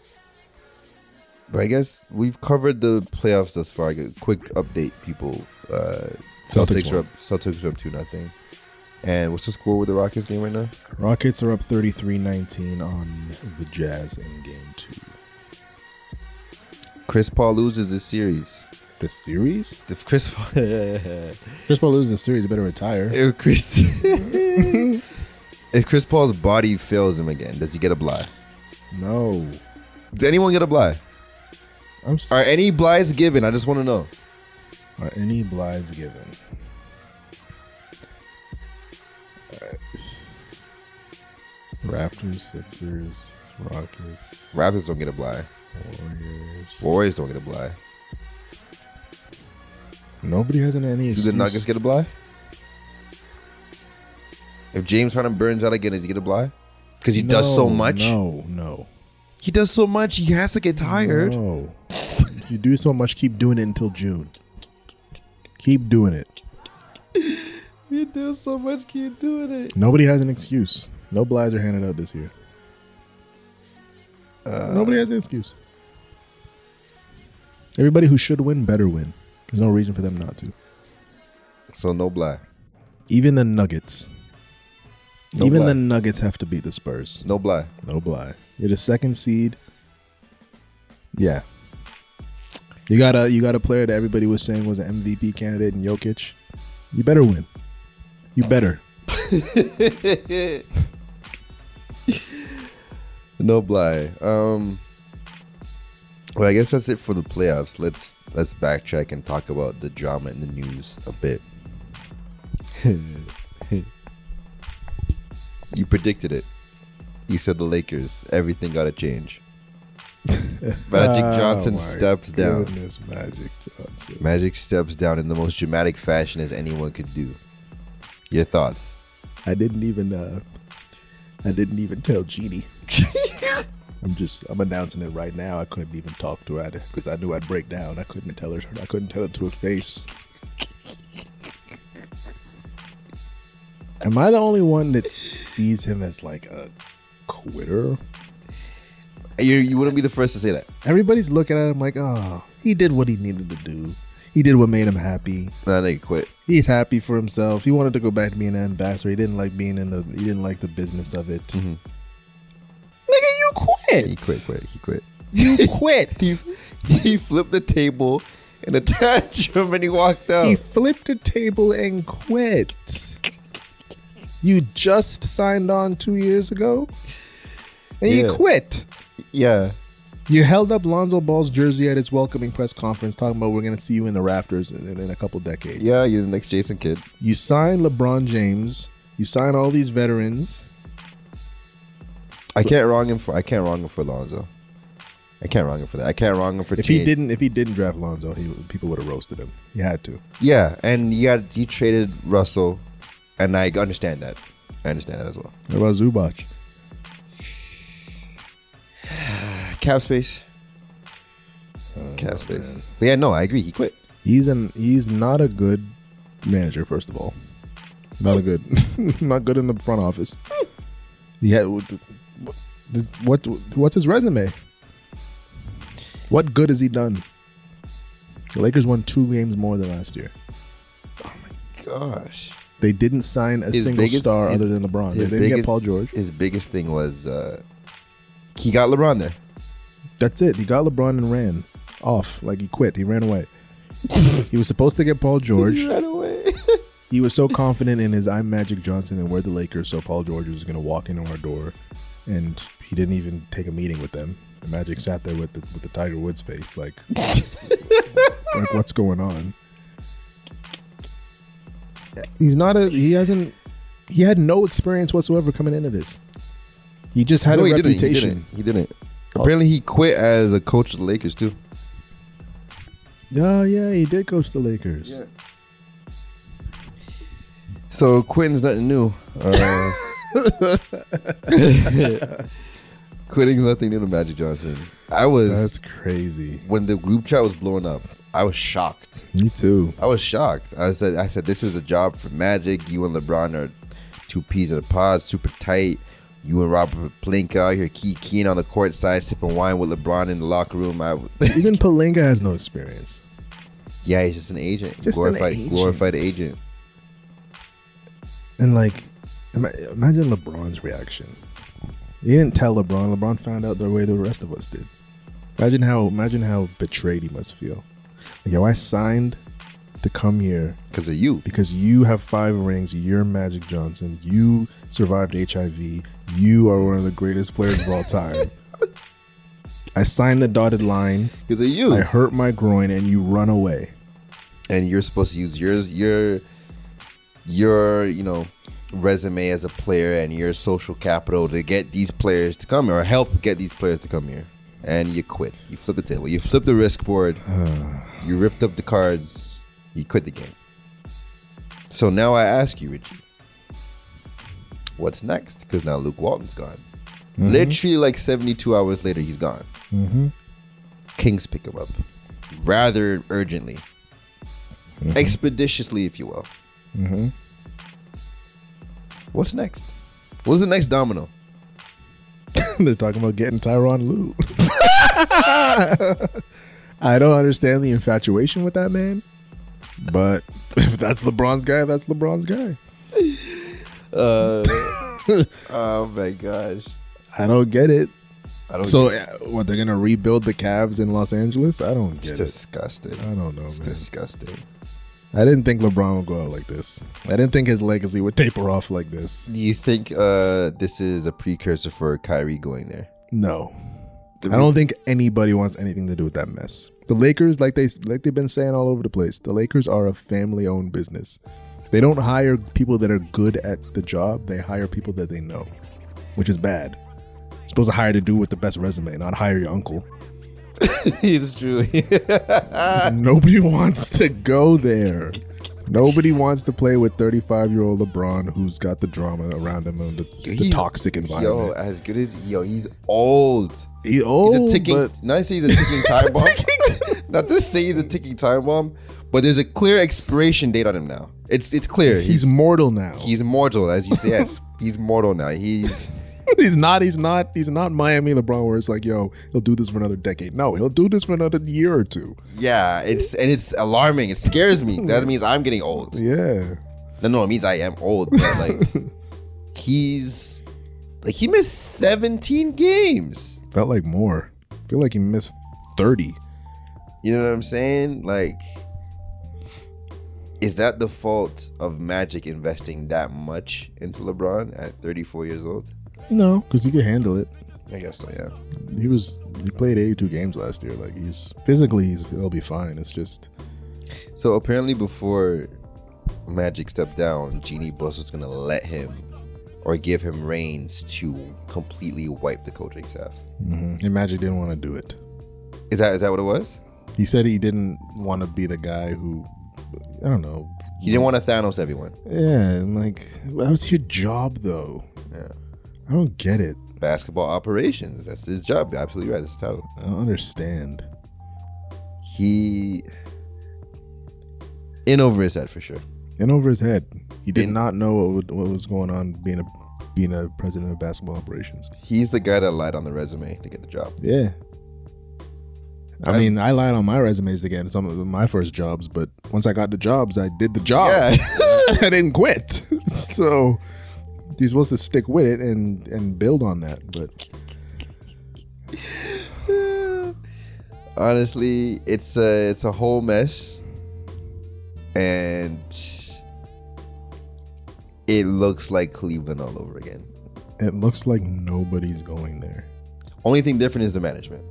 Speaker 2: But I guess we've covered the playoffs thus far. I guess, quick update, people. Uh,
Speaker 1: Celtics
Speaker 2: Celtics, are up. Celtics are up two nothing. And what's the score with the Rockets game right now?
Speaker 1: Rockets are up 33-19 on the Jazz in game two.
Speaker 2: Chris Paul loses this series.
Speaker 1: The series?
Speaker 2: If Chris Paul, if
Speaker 1: Chris Paul loses the series, he better retire.
Speaker 2: Chris, if Chris Paul's body fails him again, does he get a bly?
Speaker 1: No.
Speaker 2: Does anyone get a bly?
Speaker 1: I'm s-
Speaker 2: Are any blies given? I just want to know.
Speaker 1: Are any blinds given? Alright. Raptors, Sixers, Rockets,
Speaker 2: Raptors don't get a bly.
Speaker 1: Warriors.
Speaker 2: Warriors don't get a bly.
Speaker 1: Nobody has any
Speaker 2: Do
Speaker 1: excuse.
Speaker 2: the Nuggets get a bly? If James Harden burns out again, does he get a bly? Because he does so
Speaker 1: No,
Speaker 2: much.
Speaker 1: No, no.
Speaker 2: He does so much. He has to get tired.
Speaker 1: No. you do so much, keep doing it until June. Keep doing it.
Speaker 2: He does so much. Keep doing it.
Speaker 1: Nobody has an excuse. No blinds are handed out this year.
Speaker 2: Uh,
Speaker 1: Nobody has an excuse. Everybody who should win better win. There's no reason for them not to.
Speaker 2: So no bly.
Speaker 1: Even the Nuggets.
Speaker 2: No
Speaker 1: Even
Speaker 2: bly.
Speaker 1: the Nuggets have to beat the Spurs.
Speaker 2: No bly.
Speaker 1: No bly. You're the second seed. Yeah. You got a you got a player that everybody was saying was an MVP candidate in Jokic. You better win. You better.
Speaker 2: No bly. Um. Well, I guess that's it for the playoffs. Let's let's backtrack and talk about the drama in the news a bit. you predicted it. You said the Lakers. Everything got to change. Magic
Speaker 1: Oh
Speaker 2: Johnson
Speaker 1: my
Speaker 2: steps down.
Speaker 1: Goodness, Magic Johnson.
Speaker 2: Magic steps down in the most dramatic fashion as anyone could do. Your thoughts?
Speaker 1: I didn't even uh I didn't even tell Jeannie. I'm just I'm announcing it right now. I couldn't even talk to her because I knew I'd break down. I couldn't tell her. I couldn't tell it to her face. Am I the only one that sees him as like a quitter?
Speaker 2: You you wouldn't be the first to say that.
Speaker 1: Everybody's looking at him like, oh, he did what he needed to do. He did what made him happy.
Speaker 2: Nah, nigga, quit.
Speaker 1: He's happy for himself. He wanted to go back to being an ambassador. He didn't like being in the. He didn't like the business of it. Nigga, you quit.
Speaker 2: Mm-hmm. He quit. Quit. He quit.
Speaker 1: You quit.
Speaker 2: he, he flipped the table and attached him and he walked out.
Speaker 1: He flipped the table and quit. You just signed on two years ago, and
Speaker 2: Yeah.
Speaker 1: you quit.
Speaker 2: yeah.
Speaker 1: You held up Lonzo Ball's jersey at his welcoming press conference, talking about we're going to see you in the rafters in, in, in a couple decades.
Speaker 2: Yeah, you're the next Jason kid.
Speaker 1: You sign LeBron James. You sign all these veterans.
Speaker 2: I can't wrong him for I can't wrong him for Lonzo. I can't wrong him for that. I can't wrong him for
Speaker 1: If he
Speaker 2: change.
Speaker 1: didn't, if he didn't draft Lonzo, he, people would have roasted him. He had to.
Speaker 2: Yeah, and you got you traded Russell and I understand that. I understand that as well.
Speaker 1: What about Zubac?
Speaker 2: Cap space. Oh, Cap space. But yeah, no, I agree. He quit.
Speaker 1: He's an he's not a good manager. First of all, not a good, not good in the front office. Yeah, what, the- what what's his resume? What good has he done? The Lakers won two games more than last year.
Speaker 2: Gosh.
Speaker 1: They didn't sign a
Speaker 2: His
Speaker 1: single
Speaker 2: biggest-
Speaker 1: star
Speaker 2: his-
Speaker 1: other than LeBron. They didn't get Paul George.
Speaker 2: His biggest thing was uh he got LeBron there.
Speaker 1: That's it. He got LeBron and ran off. Like he quit. He ran away. he was supposed to get Paul George.
Speaker 2: Right away.
Speaker 1: He was so confident in his I'm Magic Johnson and we're the Lakers, so Paul George was going to walk in on our door, and he didn't even take a meeting with them. And Magic sat there with the, with the Tiger Woods face, like, like what's going on? He's not a. He hasn't. He had no experience whatsoever coming into this. He just had
Speaker 2: no,
Speaker 1: a
Speaker 2: he
Speaker 1: reputation.
Speaker 2: Didn't. He didn't. He didn't. Apparently, he quit as a coach of the Lakers too.
Speaker 1: Oh yeah, he did coach the Lakers.
Speaker 2: So quitting's nothing new. Uh, quitting's nothing new to Magic Johnson. I was
Speaker 1: That's crazy.
Speaker 2: when the group chat was blowing up. I was shocked.
Speaker 1: Me too.
Speaker 2: I was shocked. I said, I said, this is a job for Magic. You and LeBron are two peas in a pod, super tight. You and Robert Palinka out here key keen on the court side, sipping wine with LeBron in the locker room. I,
Speaker 1: Even Palinga has no experience.
Speaker 2: yeah, he's just an agent,
Speaker 1: Just an
Speaker 2: glorified,
Speaker 1: agent.
Speaker 2: glorified agent.
Speaker 1: And like, ima- imagine LeBron's reaction. He didn't tell LeBron. LeBron found out the way the rest of us did. Imagine how imagine how betrayed he must feel. Like, yo, I signed to come here
Speaker 2: Because of you,
Speaker 1: because you have five rings. You're Magic Johnson. You survived HIV. You are one of the greatest players of all time. I signed the dotted line.
Speaker 2: because of you,
Speaker 1: I hurt my groin, and you run away.
Speaker 2: and you're supposed to use yours, your, your, you know, resume as a player and your social capital to get these players to come here or help get these players to come here. And you quit. You flip the table. You flip the risk board. you ripped up the cards. You quit the game. So now I ask you, Richie, what's next? Because now Luke Walton's gone. Literally, like 72 hours later, he's gone. Kings pick him up rather urgently, Mm-hmm. expeditiously, if you will.
Speaker 1: Mm-hmm.
Speaker 2: What's next? What's the next domino?
Speaker 1: They're talking about getting Tyron Lue. I don't understand the infatuation with that man, but if that's LeBron's guy, that's LeBron's guy.
Speaker 2: Oh my gosh.
Speaker 1: I don't get it.
Speaker 2: I don't
Speaker 1: So uh, what? They're gonna rebuild the Cavs in Los Angeles? I don't
Speaker 2: it's
Speaker 1: get it.
Speaker 2: disgusting.
Speaker 1: I don't know,
Speaker 2: It's
Speaker 1: man.
Speaker 2: disgusting.
Speaker 1: I didn't think LeBron would go out like this. I didn't think his legacy would taper off like this.
Speaker 2: Do you think uh, this is a precursor for Kyrie going there?
Speaker 1: No, I don't think anybody wants anything to do with that mess. The Lakers, like they like they've been saying all over the place, the Lakers are a family-owned business. They don't hire people that are good at the job; they hire people that they know, which is bad. You're supposed to hire to do with the best resume, not hire your uncle.
Speaker 2: it's true.
Speaker 1: Nobody wants to go there. Nobody wants to play with 35-year-old LeBron, who's got the drama around him and the, the
Speaker 2: He's-
Speaker 1: toxic
Speaker 2: Yo,
Speaker 1: environment.
Speaker 2: as good as yo, he's old.
Speaker 1: He
Speaker 2: He's
Speaker 1: old,
Speaker 2: a ticking.
Speaker 1: but
Speaker 2: Not to say he's a ticking time bomb. Not to say he's a ticking time bomb, but there's a clear expiration date on him now. It's it's clear.
Speaker 1: he's mortal now.
Speaker 2: he's mortal, as you say. Yes, he's mortal now. He's
Speaker 1: he's not he's not he's not Miami LeBron where it's like, yo, he'll do this for another decade. No, he'll do this for another year or two.
Speaker 2: yeah. It's and it's alarming. It scares me. That means I'm getting old.
Speaker 1: Yeah.
Speaker 2: No, no, it means I am old. But like, he's like he missed 17 games.
Speaker 1: Felt like more. feel like he missed 30.
Speaker 2: You know what I'm saying? Like, is that the fault of Magic investing that much into LeBron at 34 years old?
Speaker 1: No, because he could handle it.
Speaker 2: I guess so. Yeah.
Speaker 1: He was he played 82 games last year. Like he's physically he's he'll be fine. It's just
Speaker 2: So apparently, before Magic stepped down, Jeannie Buss was gonna let him or give him reins to completely wipe the coaching staff.
Speaker 1: and Magic didn't want to do it.
Speaker 2: Is that is that what it was?
Speaker 1: He said he didn't want to be the guy who I don't know.
Speaker 2: He didn't want to Thanos everyone.
Speaker 1: Yeah, and like that was your job though.
Speaker 2: Yeah.
Speaker 1: I don't get it.
Speaker 2: basketball operations. That's his job. You're absolutely right. That's his title.
Speaker 1: I don't understand.
Speaker 2: He in over his head for sure.
Speaker 1: and over his head. He did
Speaker 2: In-
Speaker 1: not know what, would, what was going on being a being a president of basketball operations.
Speaker 2: He's the guy that lied on the resume to get the job.
Speaker 1: Yeah. I
Speaker 2: I-
Speaker 1: mean, I lied on my resumes to get some of my first jobs, but once I got the jobs, I did the job. I didn't quit. so you're supposed to stick with it and and build on that. But
Speaker 2: Yeah. Honestly, it's a it's a whole mess, and it looks like Cleveland all over again.
Speaker 1: it looks like nobody's going there.
Speaker 2: Only thing different is the management.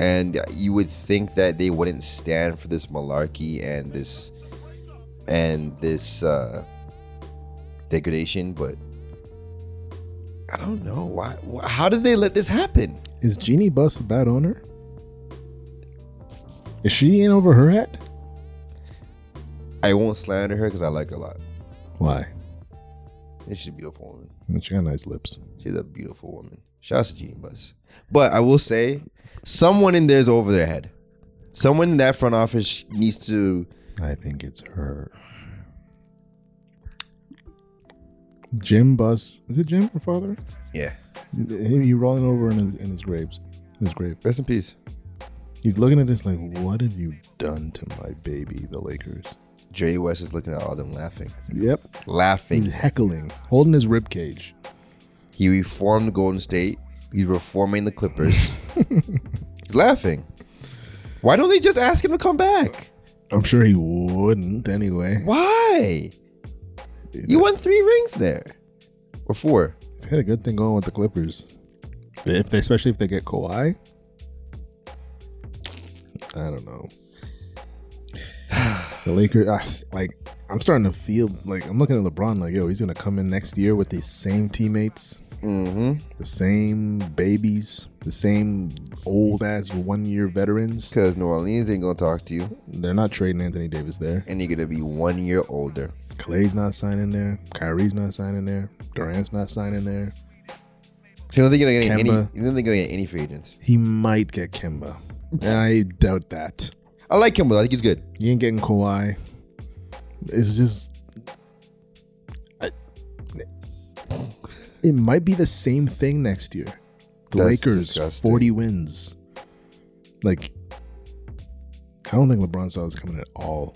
Speaker 2: And you would think that they wouldn't stand for this malarkey and this and this uh, degradation, but I don't know why. wh- How did they let this happen?
Speaker 1: Is Jeannie Buss a bad owner? Is she in over her head?
Speaker 2: I won't slander her because I like her a lot.
Speaker 1: Why?
Speaker 2: And She's a beautiful woman.
Speaker 1: She got nice lips.
Speaker 2: She's a beautiful woman. Shout out to Jeannie Bus. But I will say, someone in there's over their head. Someone in that front office needs to
Speaker 1: I think it's her. Jim Bus. Is it Jim, her father?
Speaker 2: Yeah.
Speaker 1: He, he rolling over in his, in his graves. In his grave.
Speaker 2: Rest in peace.
Speaker 1: He's looking at this like, what have you done to my baby, the Lakers?
Speaker 2: Jerry West is looking at all them laughing.
Speaker 1: Yep. He's
Speaker 2: Laughing.
Speaker 1: heckling, holding his rib cage.
Speaker 2: He reformed Golden State. He's reforming the Clippers. He's laughing. Why don't they just ask him to come back?
Speaker 1: I'm sure he wouldn't anyway.
Speaker 2: Why? You won three rings there. Or four.
Speaker 1: He's got a good thing going with the Clippers. If they, especially if they get Kawhi. I don't know. The Lakers, I s like, I'm starting to feel like I'm looking at LeBron like, yo, he's gonna come in next year with the same teammates,
Speaker 2: Mm-hmm.
Speaker 1: the same babies, the same old ass one year veterans.
Speaker 2: Because New Orleans ain't going to talk to you.
Speaker 1: They're not trading Anthony Davis there.
Speaker 2: And you're going to be one year older.
Speaker 1: Clay's not signing there. Kyrie's not signing there. Durant's not signing there.
Speaker 2: So you don't think you're going to get any,
Speaker 1: Kemba.
Speaker 2: you don't think you're gonna get any free agents.
Speaker 1: He might get Kimba. And I doubt that.
Speaker 2: I like Kimba. I think he's good.
Speaker 1: You ain't getting Kawhi. It's just. I, it might be the same thing next year. The
Speaker 2: That's
Speaker 1: Lakers,
Speaker 2: disgusting.
Speaker 1: 40 wins. Like, I don't think LeBron saw this coming at all.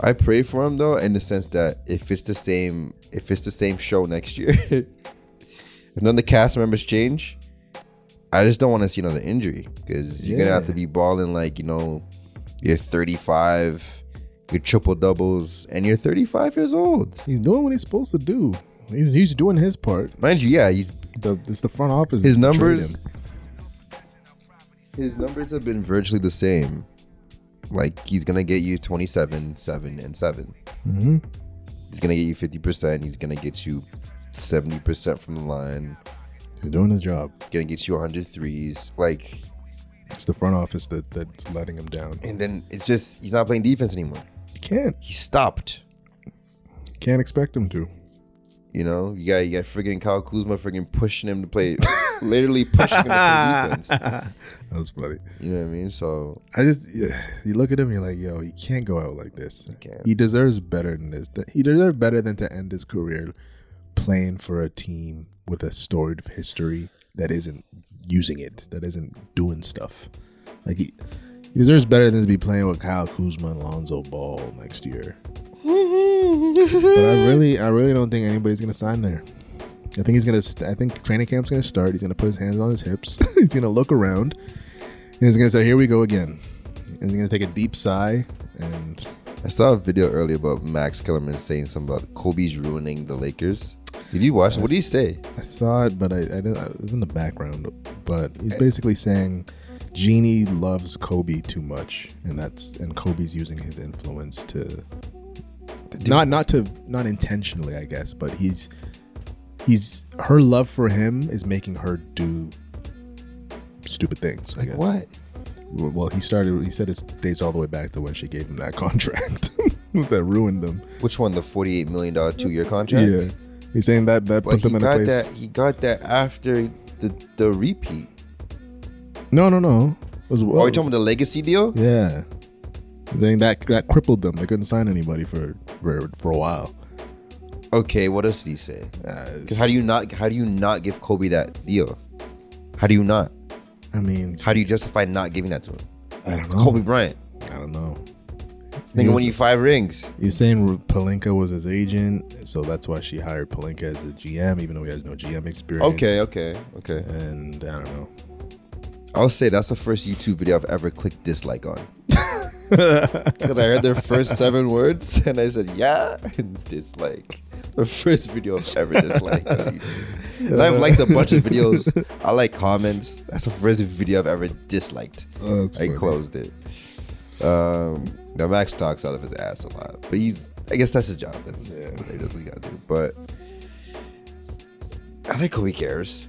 Speaker 2: I pray for him though, in the sense that if it's the same, if it's the same show next year, if none of the cast members change, I just don't want to see another injury because you're gonna have to
Speaker 1: Yeah.
Speaker 2: be balling like you know, you're 35, your triple doubles, and you're 35 years old.
Speaker 1: He's doing what he's supposed to do. He's, he's doing his part.
Speaker 2: Mind you, yeah, he's
Speaker 1: The, it's the front office.
Speaker 2: his
Speaker 1: that betrayed
Speaker 2: numbers
Speaker 1: him.
Speaker 2: his numbers have been virtually the same like he's gonna get you 27 7 and 7
Speaker 1: Mm-hmm.
Speaker 2: he's gonna get you 50% he's gonna get you 70% from the line
Speaker 1: He's doing his job.
Speaker 2: gonna get you 100 threes like
Speaker 1: It's the front office that, that's letting him down.
Speaker 2: and then it's just he's not playing defense anymore
Speaker 1: You can't.
Speaker 2: he stopped
Speaker 1: Can't expect him to.
Speaker 2: you know you got you got friggin' Kyle Kuzma friggin' pushing him to play literally pushing him to play defense
Speaker 1: That was funny.
Speaker 2: you know what I mean so
Speaker 1: I just yeah, you look at him, you're like, yo, he can't go out like this. He,
Speaker 2: can't.
Speaker 1: deserves better than this. Th- He deserves better than to end his career playing for a team with a storied history that isn't using it, that isn't doing stuff. Like he, he deserves better than to be playing with Kyle Kuzma and Lonzo Ball next year. but I really, I really don't think anybody's gonna sign there. I think he's gonna. St- I think training camp's gonna start. He's gonna put his hands on his hips. he's gonna look around, and he's gonna say, "Here we go again." And he's gonna take a deep sigh, and
Speaker 2: I saw a video earlier about Max Kellerman saying something about Kobe's ruining the Lakers. Did you watch? What did he say?
Speaker 1: I saw it, but I, I didn't. It was in the background, but
Speaker 2: Eh.
Speaker 1: he's basically saying, "Genie loves Kobe too much, and that's and Kobe's using his influence to not not to not intentionally, I guess, but he's he's her love for him is making her do." Stupid things. I guess.
Speaker 2: What?
Speaker 1: Well, he started. He said it dates all the way back to when she gave him that contract that ruined them.
Speaker 2: Which one? The forty-eight million dollar two-year contract.
Speaker 1: Yeah, he's saying that that
Speaker 2: but
Speaker 1: put
Speaker 2: he
Speaker 1: them in a
Speaker 2: got
Speaker 1: place.
Speaker 2: that. He got that after the the repeat.
Speaker 1: No, no, no. It was
Speaker 2: Are Oh, you talking about the legacy deal?
Speaker 1: yeah. Then that that crippled them. They couldn't sign anybody for for, for a while.
Speaker 2: Okay. What else did he say?
Speaker 1: Uh,
Speaker 2: 'Cause How do you not? How do you not give Kobe that deal? How do you not?
Speaker 1: I mean,
Speaker 2: How do you justify not giving that to him?
Speaker 1: I don't know.
Speaker 2: Kobe Bryant.
Speaker 1: I don't know.
Speaker 2: Nigga,
Speaker 1: was-
Speaker 2: when you five rings.
Speaker 1: You're saying Palinka was his agent, so that's why she hired Palinka as a GM, even though he has no GM experience.
Speaker 2: Okay. Okay. Okay.
Speaker 1: And I don't know.
Speaker 2: I'll say that's the first YouTube video I've ever clicked dislike on. Because I heard their first seven words and I said, yeah, and dislike. The first video I've ever disliked on YouTube. And I've liked a bunch of videos. I like comments. That's the first video I've ever disliked.
Speaker 1: Oh, that's
Speaker 2: I
Speaker 1: funny.
Speaker 2: closed it. Um, now Max talks out of his ass a lot, but he's, I guess that's his job. That's,
Speaker 1: Yeah.
Speaker 2: that's what you gotta do. But I think Kobe cares.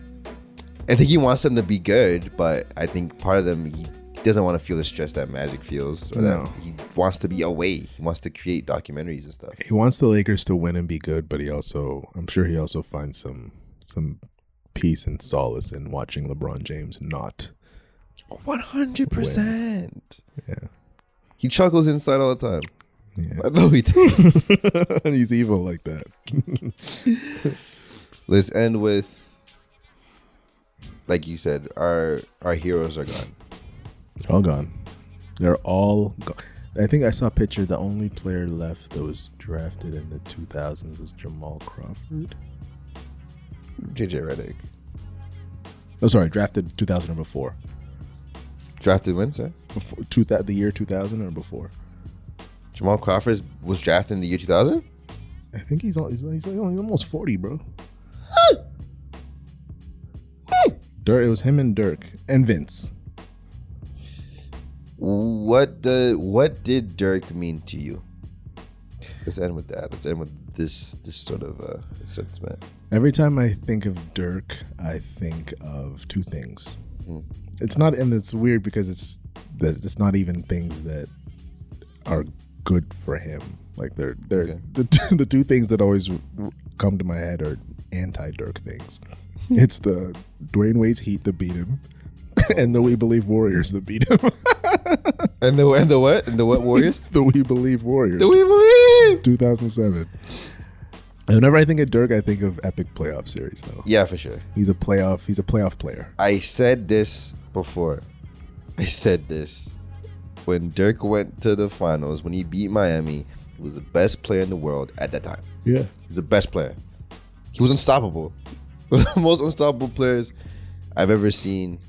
Speaker 2: I think he wants them to be good, but I think part of them he doesn't want to feel the stress that Magic feels. Or
Speaker 1: No.
Speaker 2: that he wants to be away. He wants to create documentaries and stuff.
Speaker 1: he wants the Lakers to win and be good, but he also, I'm sure he also finds some some peace and solace in watching LeBron James not.
Speaker 2: One hundred percent.
Speaker 1: Yeah.
Speaker 2: He chuckles inside all the time.
Speaker 1: Yeah.
Speaker 2: I know he does.
Speaker 1: He's evil like that.
Speaker 2: Let's end with, like you said, our our heroes are gone.
Speaker 1: All gone. They're all gone. I think I saw a picture. The only player left that was drafted in the 2000s was Jamal Crawford.
Speaker 2: JJ Redick
Speaker 1: Oh, sorry, drafted 2000 or before.
Speaker 2: drafted when? Sorry,
Speaker 1: Before two, the year 2000 or before.
Speaker 2: Jamal Crawford was drafted in the year 2000.
Speaker 1: I think he's al- he's, like- he's, like, he's almost 40, bro. Dirk. It was him and Dirk and Vince.
Speaker 2: What the, What did Dirk mean to you? Let's end with that. Let's end with this this sort of uh, sentiment.
Speaker 1: Every time I think of Dirk, I think of two things.
Speaker 2: Mm-hmm.
Speaker 1: It's not, and it's weird because it's that it's not even things that are good for him. Like they're they're
Speaker 2: Okay.
Speaker 1: the, t- the two things that always r- r- come to my head are anti Dirk things.
Speaker 2: Hmm.
Speaker 1: it's the Dwayne Wade's Heat that beat him, and the We Believe Warriors that beat him.
Speaker 2: And the and the what and the what Warriors?
Speaker 1: the We Believe Warriors.
Speaker 2: Do we believe?
Speaker 1: 2007. And whenever I think of Dirk, I think of epic playoff series. Though
Speaker 2: Yeah, for sure.
Speaker 1: he's a playoff, he's a playoff player.
Speaker 2: I said this before. I said this. When Dirk went to the finals, when he beat Miami, he was the best player in the world at that time.
Speaker 1: Yeah.
Speaker 2: He's the best player. He was unstoppable. One of the most unstoppable players I've ever seen.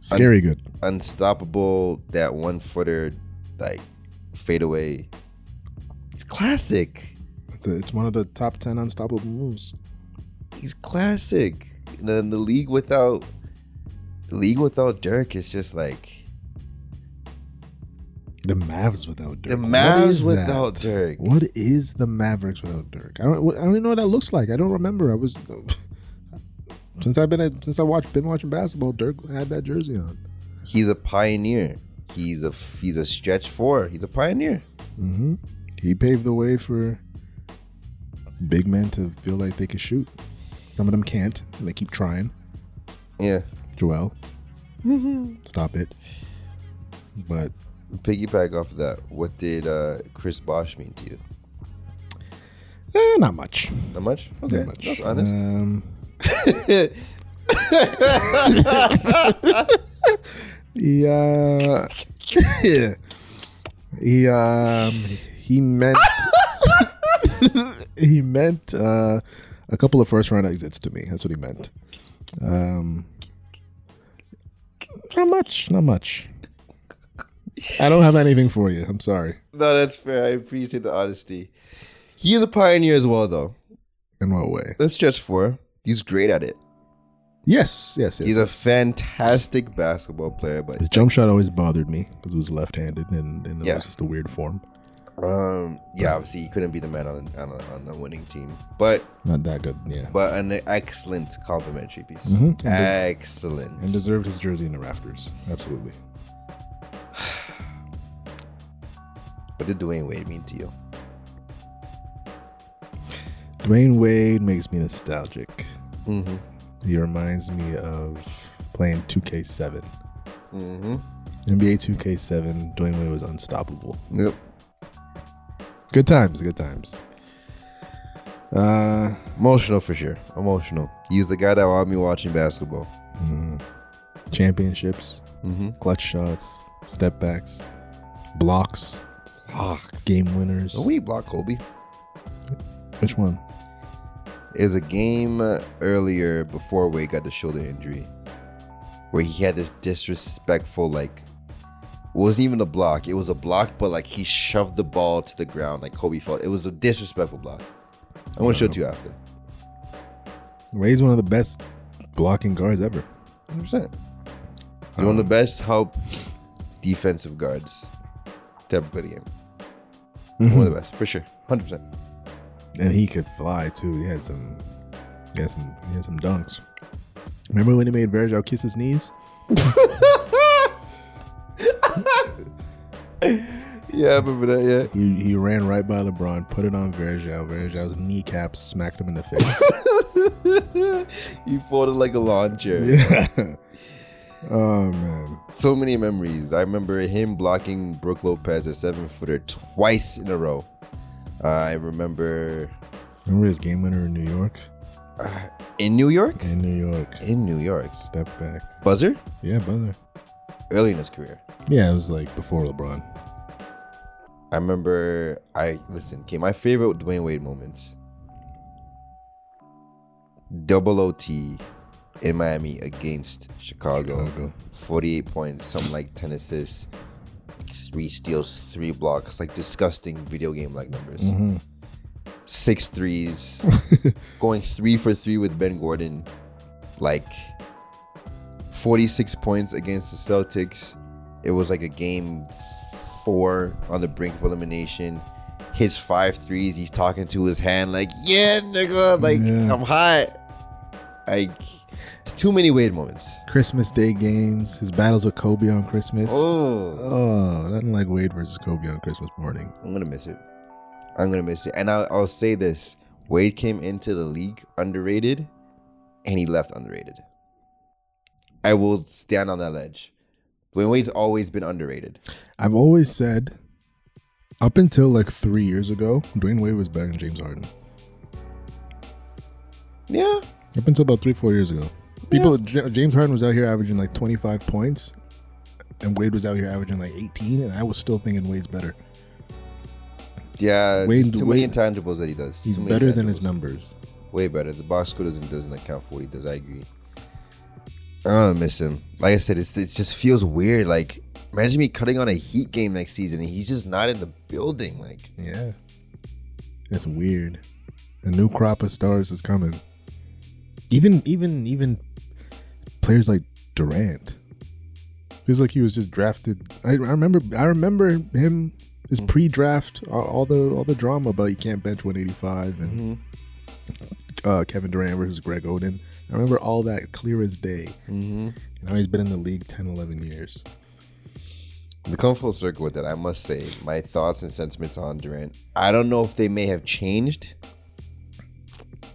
Speaker 1: Scary good.
Speaker 2: Unstoppable, that one footer, like fadeaway. He's classic.
Speaker 1: It's, a, it's one of the top 10 unstoppable moves.
Speaker 2: he's classic. And then the league without the league without Dirk is just like
Speaker 1: The Mavs without Dirk.
Speaker 2: The
Speaker 1: What
Speaker 2: Mavs
Speaker 1: is that?
Speaker 2: without Dirk.
Speaker 1: What is the Mavericks without Dirk? I don't. I don't even know what that looks like. I don't remember. I was since I've been at, since I watched been watching basketball. Dirk had that jersey on.
Speaker 2: he's a pioneer. He's a he's a stretch four. He's a pioneer.
Speaker 1: Mm-hmm. He paved the way for big men to feel like they can shoot. Some of them can't, and they keep trying.
Speaker 2: Yeah.
Speaker 1: Joel, stop it. But
Speaker 2: Piggyback off of that. What did uh, Chris Bosch mean to you?
Speaker 1: eh, not much.
Speaker 2: Not much.
Speaker 1: not much. Mm.
Speaker 2: that's honest.
Speaker 1: Um, yeah, uh, he um, he meant he meant uh, a couple of first round exits to me. That's what he meant. Um, not much. Not much. I don't have anything for you. I'm sorry.
Speaker 2: No, that's fair. I appreciate the honesty. He is a pioneer as well, though.
Speaker 1: In what way?
Speaker 2: That's stretch four. He's great at it.
Speaker 1: Yes. Yes. yes.
Speaker 2: He's a fantastic basketball player, but
Speaker 1: His jump shot always bothered me because it was left-handed and, and it
Speaker 2: Yeah.
Speaker 1: was just a weird form.
Speaker 2: Um. Yeah. Obviously, he couldn't be the man on a, on a, on a winning team, but
Speaker 1: Not that good. Yeah.
Speaker 2: but an excellent complimentary piece.
Speaker 1: Mhm.
Speaker 2: Excellent.
Speaker 1: and deserved his jersey in the rafters. Absolutely.
Speaker 2: what did Dwayne Wade mean to you?
Speaker 1: Dwayne Wade makes me nostalgic.
Speaker 2: Mm-hmm.
Speaker 1: He reminds me of playing 2K7.
Speaker 2: Mm-hmm.
Speaker 1: NBA 2K7, Dwayne Wade was unstoppable.
Speaker 2: Yep.
Speaker 1: Good times, good times. Uh,
Speaker 2: Emotional for sure. Emotional. He's the guy that had me watching basketball.
Speaker 1: mm, championships,
Speaker 2: Mm-hmm.
Speaker 1: clutch shots, step backs, blocks,
Speaker 2: Blocks. Oh,
Speaker 1: game winners.
Speaker 2: Don't we block Kobe?
Speaker 1: Which one?
Speaker 2: It was a game uh, earlier before Wade got the shoulder injury, where he had this disrespectful like. It wasn't even a block. It was a block, but like he shoved the ball to the ground, like Kobe felt. It was a disrespectful block. I want to show it to you after.
Speaker 1: Wade's one of the best blocking guards ever.
Speaker 2: 100. You're one of the best help defensive guards to ever play the game. One of the best, for sure. 100%.
Speaker 1: and he could fly too. He had some, he had some, he had some dunks. Remember when he made Virgil kiss his knees?
Speaker 2: Yeah, I remember that, yeah.
Speaker 1: He, he ran right by LeBron, put it on Virgil. Virgil's kneecap smacked him in the face.
Speaker 2: You folded like a lawn chair.
Speaker 1: Yeah. Oh man.
Speaker 2: So many memories. I remember him blocking Brooke Lopez a seven footer twice in a row. I remember
Speaker 1: Remember his game winner in New York?
Speaker 2: in New York.
Speaker 1: In New York.
Speaker 2: In New York,
Speaker 1: Step back.
Speaker 2: buzzer
Speaker 1: Yeah, buzzer.
Speaker 2: early in his career.
Speaker 1: Yeah, it was like before LeBron.
Speaker 2: I remember I listen, okay, my favorite Dwayne Wade moments. Double OT in Miami against Chicago.
Speaker 1: Chicago.
Speaker 2: 48 points, something like 10 assists, three steals, three blocks, like disgusting video game like numbers.
Speaker 1: Mm-hmm.
Speaker 2: Six threes, going three for three with Ben Gordon, like 46 points against the Celtics. It was like a game four on the brink of elimination. His five threes, he's talking to his hand like, yeah, nigga, like
Speaker 1: Yeah.
Speaker 2: I'm hot. Like, it's too many Wade moments.
Speaker 1: Christmas Day games, his battles with Kobe on Christmas.
Speaker 2: Oh,
Speaker 1: Oh, nothing like Wade versus Kobe on Christmas morning.
Speaker 2: I'm gonna miss it. I'm gonna miss it. And I'll, I'll say this: Wade came into the league underrated, and he left underrated. I will stand on that ledge. Dwayne Wade's always been underrated.
Speaker 1: I've always said, up until like three years ago, Dwayne Wade was better than James Harden.
Speaker 2: Yeah,
Speaker 1: Up until about three, four years ago, people J- James Harden was out here averaging like twenty five points, and Wade was out here averaging like eighteen, and I was still thinking Wade's better.
Speaker 2: yeah.
Speaker 1: Wade-
Speaker 2: Wade, too
Speaker 1: Wade-
Speaker 2: many intangibles that he does.
Speaker 1: He's
Speaker 2: Too many
Speaker 1: better than
Speaker 2: intangibles.
Speaker 1: his numbers.
Speaker 2: way better. The box score doesn't doesn't account for what he does. I agree. I don't miss him. Like I said, it's, it just feels weird. Like imagine me cutting on a Heat game next season, and he's just not in the building. Like
Speaker 1: Yeah, that's weird. A new crop of stars is coming. Even even even players like Durant feels like he was just drafted. I, I remember I remember him his
Speaker 2: Mm.
Speaker 1: pre-draft all, all the all the drama about you can't bench 185 and
Speaker 2: Mm-hmm.
Speaker 1: uh, Kevin Durant versus Greg Oden. I remember all that clear as day.
Speaker 2: mm-hmm.
Speaker 1: And how he's been in the league 10, 11 years.
Speaker 2: to come full circle with that, I must say my thoughts and sentiments on Durant. I don't know if they may have changed.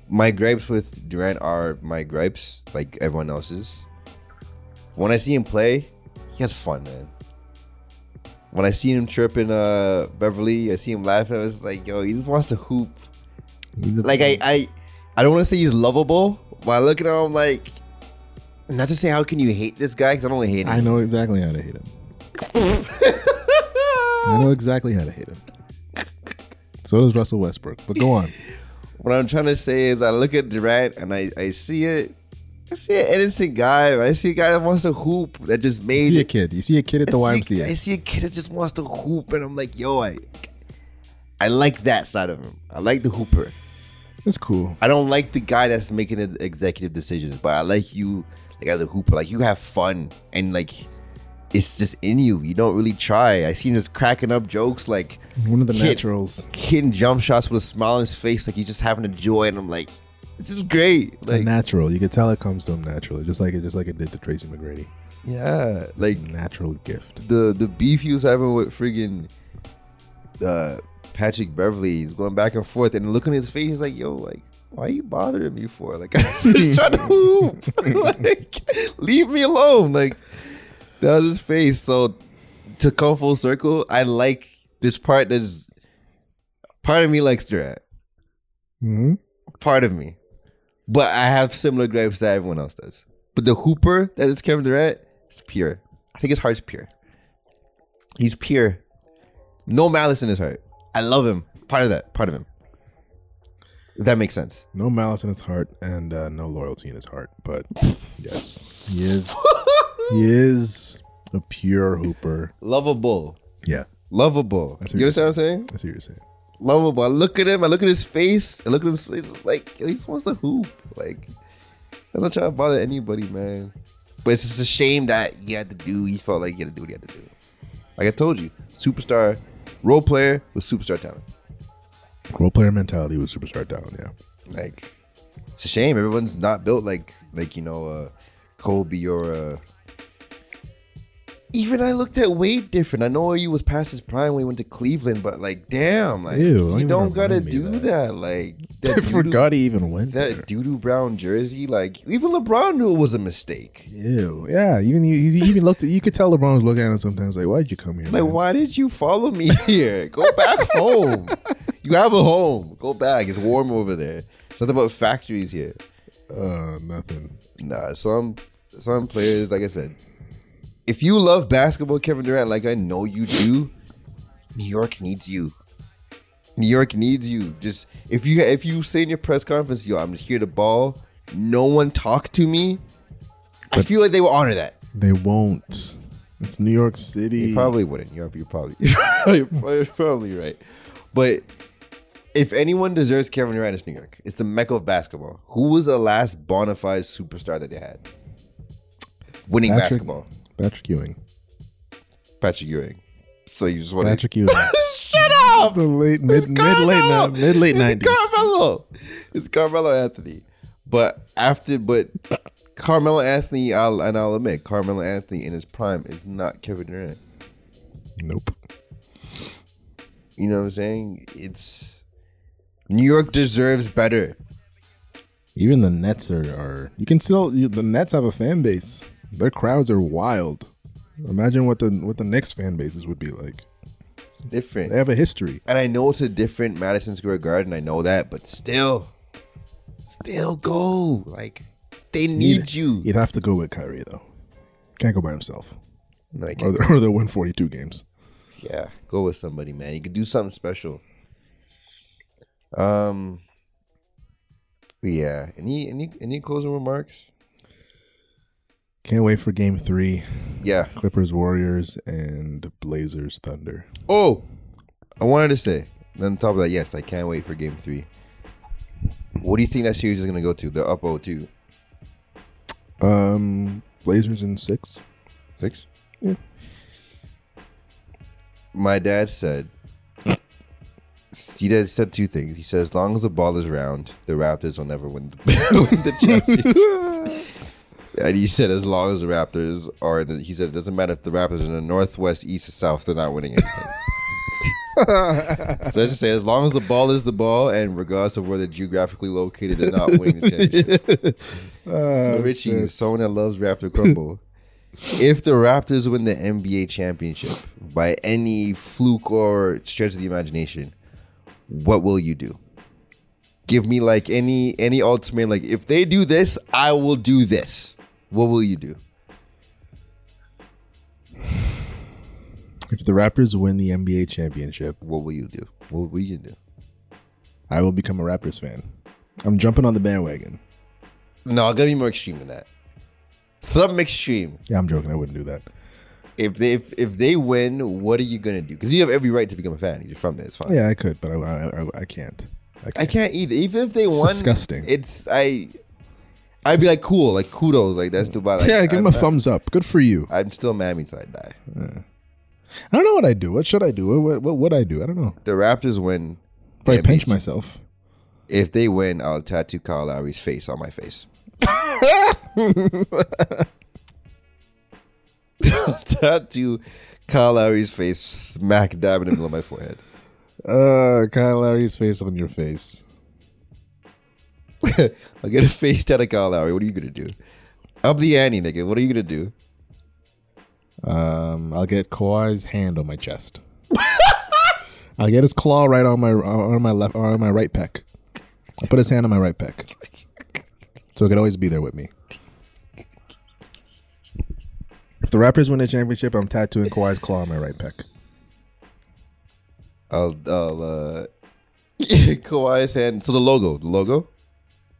Speaker 2: My gripes with Durant are my gripes, like everyone else's. When I see him play, he has fun, man. When I see him tripping uh Beverly, I see him laughing. I was like, yo, he just wants to hoop.
Speaker 1: He's a-
Speaker 2: Like I I, I don't want to say he's lovable, but I look at him I'm like, not to say how can you hate this guy because I don't hate him.
Speaker 1: I know exactly how to hate him. I know exactly how to hate him. So does Russell Westbrook. But go on.
Speaker 2: What I'm trying to say is, I look at Durant and I, I see it. I see an innocent guy. I see a guy that wants to hoop that just
Speaker 1: You
Speaker 2: made
Speaker 1: see a
Speaker 2: it.
Speaker 1: kid. You see a kid at the
Speaker 2: I see, I
Speaker 1: YMCA.
Speaker 2: see a kid that just wants to hoop, and I'm like, yo, I, I like that side of him. I like the hooper.
Speaker 1: It's cool.
Speaker 2: I don't like the guy that's making the executive decisions, but I like you, like as a hooper, like you have fun and like it's just in you. You don't really try. I seen just cracking up jokes like
Speaker 1: One of the
Speaker 2: Kid.
Speaker 1: naturals.
Speaker 2: hitting jump shots with a smile on his face, like he's just having a joy, and I'm like, this is great.
Speaker 1: A
Speaker 2: Like,
Speaker 1: natural. You could tell it comes to him naturally, just like it just like it did to Tracy McGrady.
Speaker 2: yeah, like
Speaker 1: Natural gift.
Speaker 2: the the beef he was having with friggin' uh, Patrick Beverly, he's going back and forth, and looking at his face, he's like, yo, like. Why you bothering me for? Like I'm just trying to hoop. like, leave me alone. Like that was his face. So to come full circle, I like this part. That's part of me likes Durant.
Speaker 1: Mm-hmm.
Speaker 2: part of me. But I have similar gripes that everyone else does. But the hooper that is Kevin Durant is pure. I think his heart's pure. He's pure. No malice in his heart. I love him. Part of that. Part of him. If that makes sense.
Speaker 1: No malice in his heart and uh, no loyalty in his heart. But yes, he is. he is a pure hooper.
Speaker 2: Lovable.
Speaker 1: Yeah,
Speaker 2: Lovable.
Speaker 1: I see
Speaker 2: You
Speaker 1: what
Speaker 2: understand what I'm saying?
Speaker 1: I see what you're saying.
Speaker 2: Lovable. I look at him. I look at his face. I look at his face. It's like, yo, he just wants to hoop. Like, that's not trying to bother anybody, man. But it's just a shame that he had to do. He felt like he had to do what he had to do. Like I told you, superstar role player with superstar talent.
Speaker 1: Role player mentality with superstar down. Yeah,
Speaker 2: Like it's a shame everyone's not built like like you know uh Kobe or uh Even I looked at Wade different. I know he was past his prime when he went to Cleveland, but like, damn, like
Speaker 1: Ew, don't
Speaker 2: you
Speaker 1: even
Speaker 2: don't gotta
Speaker 1: remind me
Speaker 2: do
Speaker 1: of
Speaker 2: that. Like,
Speaker 1: I
Speaker 2: that
Speaker 1: forgot he even went there.
Speaker 2: that doo brown jersey. Like, even LeBron knew it was a mistake.
Speaker 1: Ew. Yeah. Even he, he even looked. At, you could tell LeBron was looking at him sometimes. Like, why'd you come here?
Speaker 2: Like,
Speaker 1: man?
Speaker 2: why did you follow me here? Go back home. You have a home. Go back. It's warm over there. Something about factories here.
Speaker 1: Uh, nothing.
Speaker 2: Nah, some some players, like I said, if you love basketball, Kevin Durant, like I know you do, New York needs you. New York needs you. Just if you if you say in your press conference, yo, I'm just here to ball. No one talk to me. I feel like they will honor that.
Speaker 1: They won't. It's New York City.
Speaker 2: You probably wouldn't. You're, you're probably you're probably, you're probably right. But if anyone deserves Kevin Durant, it's New York. It's the mecca of basketball. Who was the last bona fide superstar that they had? Winning
Speaker 1: Patrick-
Speaker 2: basketball,
Speaker 1: Patrick Ewing.
Speaker 2: Patrick Ewing. So you just want to
Speaker 1: Patrick Ewing.
Speaker 2: shut up?
Speaker 1: the late mid,
Speaker 2: It's
Speaker 1: mid late
Speaker 2: Carmelo.
Speaker 1: ni- mid late
Speaker 2: It's
Speaker 1: nineties.
Speaker 2: Carmelo. It's Carmelo Anthony. But after, but Carmelo Anthony, I'll, and I'll admit, Carmelo Anthony in his prime is not Kevin Durant.
Speaker 1: Nope.
Speaker 2: You know what I'm saying? It's New York deserves better.
Speaker 1: Even the Nets are, are you can still you, the Nets have a fan base. Their crowds are wild. Imagine what the what the Knicks fan bases would be like.
Speaker 2: It's different.
Speaker 1: They have a history.
Speaker 2: And I know it's a different Madison Square Garden. I know that, but still, still go. Like they need you.
Speaker 1: You'd have to go with Kyrie though. Can't go by himself,
Speaker 2: Like
Speaker 1: or, they- or they'll win forty two games.
Speaker 2: yeah, go with somebody, man. You could do something special. Um. but Yeah. Any any any closing remarks?
Speaker 1: Can't wait for Game Three:
Speaker 2: Yeah.
Speaker 1: Clippers, Warriors, and Blazers, Thunder.
Speaker 2: Oh, I wanted to say. Then on top of that, yes, I can't wait for Game Three. What do you think that series is going to go to? They're up 0-2.
Speaker 1: Um, Blazers in six.
Speaker 2: Six?
Speaker 1: Yeah.
Speaker 2: My dad said he dad said two things. He said as long as the ball is round, the Raptors will never win the, win the championship. and he said as long as the Raptors are in the, he said it doesn't matter if the Raptors are in the northwest, east, or south, they're not winning anything. so I just say as long as the ball is the ball and regardless of where they're geographically located, they're not winning the championship. So Richie
Speaker 1: Oh, shit.
Speaker 2: is someone that loves Raptor Crumble. if the Raptors win the NBA championship by any fluke or stretch of the imagination, what will you do? Give me like any any ultimate like if they do this, I will do this. What will you do?
Speaker 1: If the Raptors win the NBA championship,
Speaker 2: What will you do? What will you do?
Speaker 1: I will become a Raptors fan. I'm jumping on the bandwagon.
Speaker 2: No, I'm gonna be more extreme than that. Something extreme.
Speaker 1: Yeah, I'm joking. I wouldn't do that.
Speaker 2: If they if, if they win, what are you gonna do? Because you have every right to become a fan. You're from there. It's fine.
Speaker 1: Oh, Yeah, I could, but I, I, I, I can't. I
Speaker 2: I
Speaker 1: can't.
Speaker 2: can't either. Even if they
Speaker 1: It's
Speaker 2: won,
Speaker 1: disgusting.
Speaker 2: It's I. I'd be like, cool, like kudos, like that's Dubai. Like,
Speaker 1: yeah, give him
Speaker 2: I'm,
Speaker 1: a thumbs up. Good for you.
Speaker 2: I'm still Mammy till I die.
Speaker 1: I don't know what I do. What should I do? What what, what would I do? I don't know.
Speaker 2: The Raptors win.
Speaker 1: Probably
Speaker 2: Yeah,
Speaker 1: pinch myself.
Speaker 2: If they win, I'll tattoo Kyle Lowry's face on my face. I'll tattoo Kyle Lowry's face smack dab in the middle of my forehead.
Speaker 1: Uh, Kyle Lowry's face on your face.
Speaker 2: I'll get a face tattoo of Kyle Lowry. What are you gonna do? Up the ante, nigga. What are you gonna do?
Speaker 1: Um, I'll get Kawhi's hand on my chest. I'll get his claw right on my on my left on my right pec. I'll put his hand on my right pec, so it could always be there with me. If the Raptors win the championship, I'm tattooing Kawhi's claw on my right pec.
Speaker 2: I'll, I'll uh, Kawhi's hand. So the logo, the logo.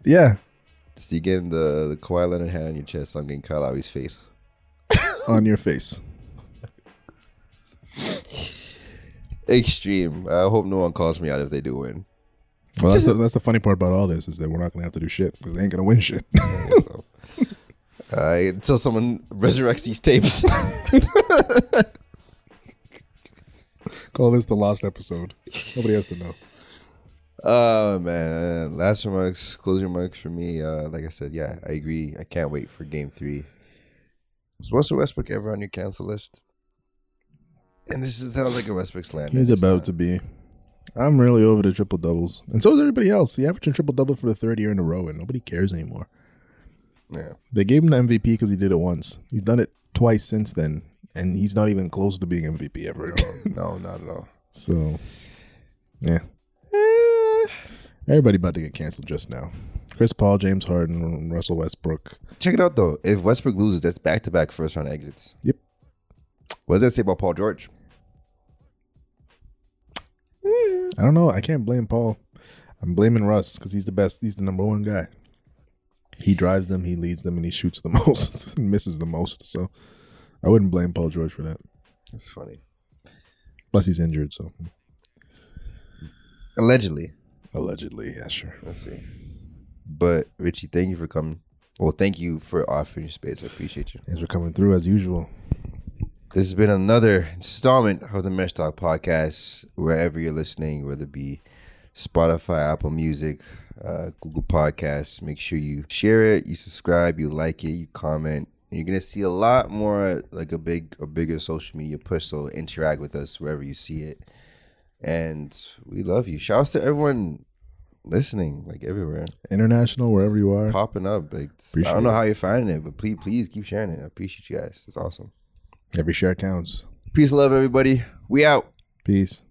Speaker 1: Yeah,
Speaker 2: So you're getting the, the Kawhi Leonard hand on your chest. So I'm getting Kyle Lowry's face.
Speaker 1: on your face.
Speaker 2: Extreme. I hope no one calls me out if they do win.
Speaker 1: Well, that's the, that's the funny part about all this is that we're not gonna have to do shit because they ain't gonna win shit.
Speaker 2: So. Uh, until someone resurrects these tapes.
Speaker 1: Call this the last episode. Nobody has to know.
Speaker 2: oh man! Uh, Last remarks, closing remarks for me. Uh, like I said, yeah, I agree. I can't wait for Game Three. Was Russell Westbrook ever on your cancel list? And this is, sounds like a Westbrook slander.
Speaker 1: He's
Speaker 2: It's
Speaker 1: about
Speaker 2: not.
Speaker 1: to be. I'm really over the triple doubles, and so is everybody else. He averaged a triple double for the third year in a row, and nobody cares anymore.
Speaker 2: Yeah.
Speaker 1: They gave him the MVP because he did it once. He's done it twice since then, and he's not even close to being MVP ever again.
Speaker 2: No, not at all.
Speaker 1: so, yeah,
Speaker 2: Eh,
Speaker 1: everybody about to get canceled just now. Chris Paul, James Harden, Russell Westbrook.
Speaker 2: Check it out though. If Westbrook loses, that's back to back first round exits.
Speaker 1: Yep.
Speaker 2: What does that say about Paul George?
Speaker 1: I don't know. I can't blame Paul. I'm blaming Russ because he's the best. He's the number one guy. He drives them, he leads them, and he shoots the most, and misses the most. So, I wouldn't blame Paul George for that.
Speaker 2: That's funny.
Speaker 1: Plus, he's injured, so
Speaker 2: Allegedly.
Speaker 1: allegedly, yeah, sure.
Speaker 2: Let's see. But Richie, thank you for coming. Well, thank you for offering your space. I appreciate you.
Speaker 1: Thanks for coming through as usual.
Speaker 2: This has been another installment of the Mesh Talk Podcast. Wherever you're listening, whether it be Spotify, Apple Music, uh, Google Podcasts, make sure you share it, you subscribe, you like it, you comment. And you're gonna see a lot more like a big, a bigger social media push. So interact with us wherever you see it, and we love you. Shouts to everyone listening, like everywhere,
Speaker 1: International, wherever you are.
Speaker 2: popping up. Like I
Speaker 1: Appreciate
Speaker 2: don't know how you're finding it, but please, please keep sharing it. I appreciate you guys. It's awesome.
Speaker 1: Every share counts.
Speaker 2: Peace, love, everybody. We out.
Speaker 1: Peace.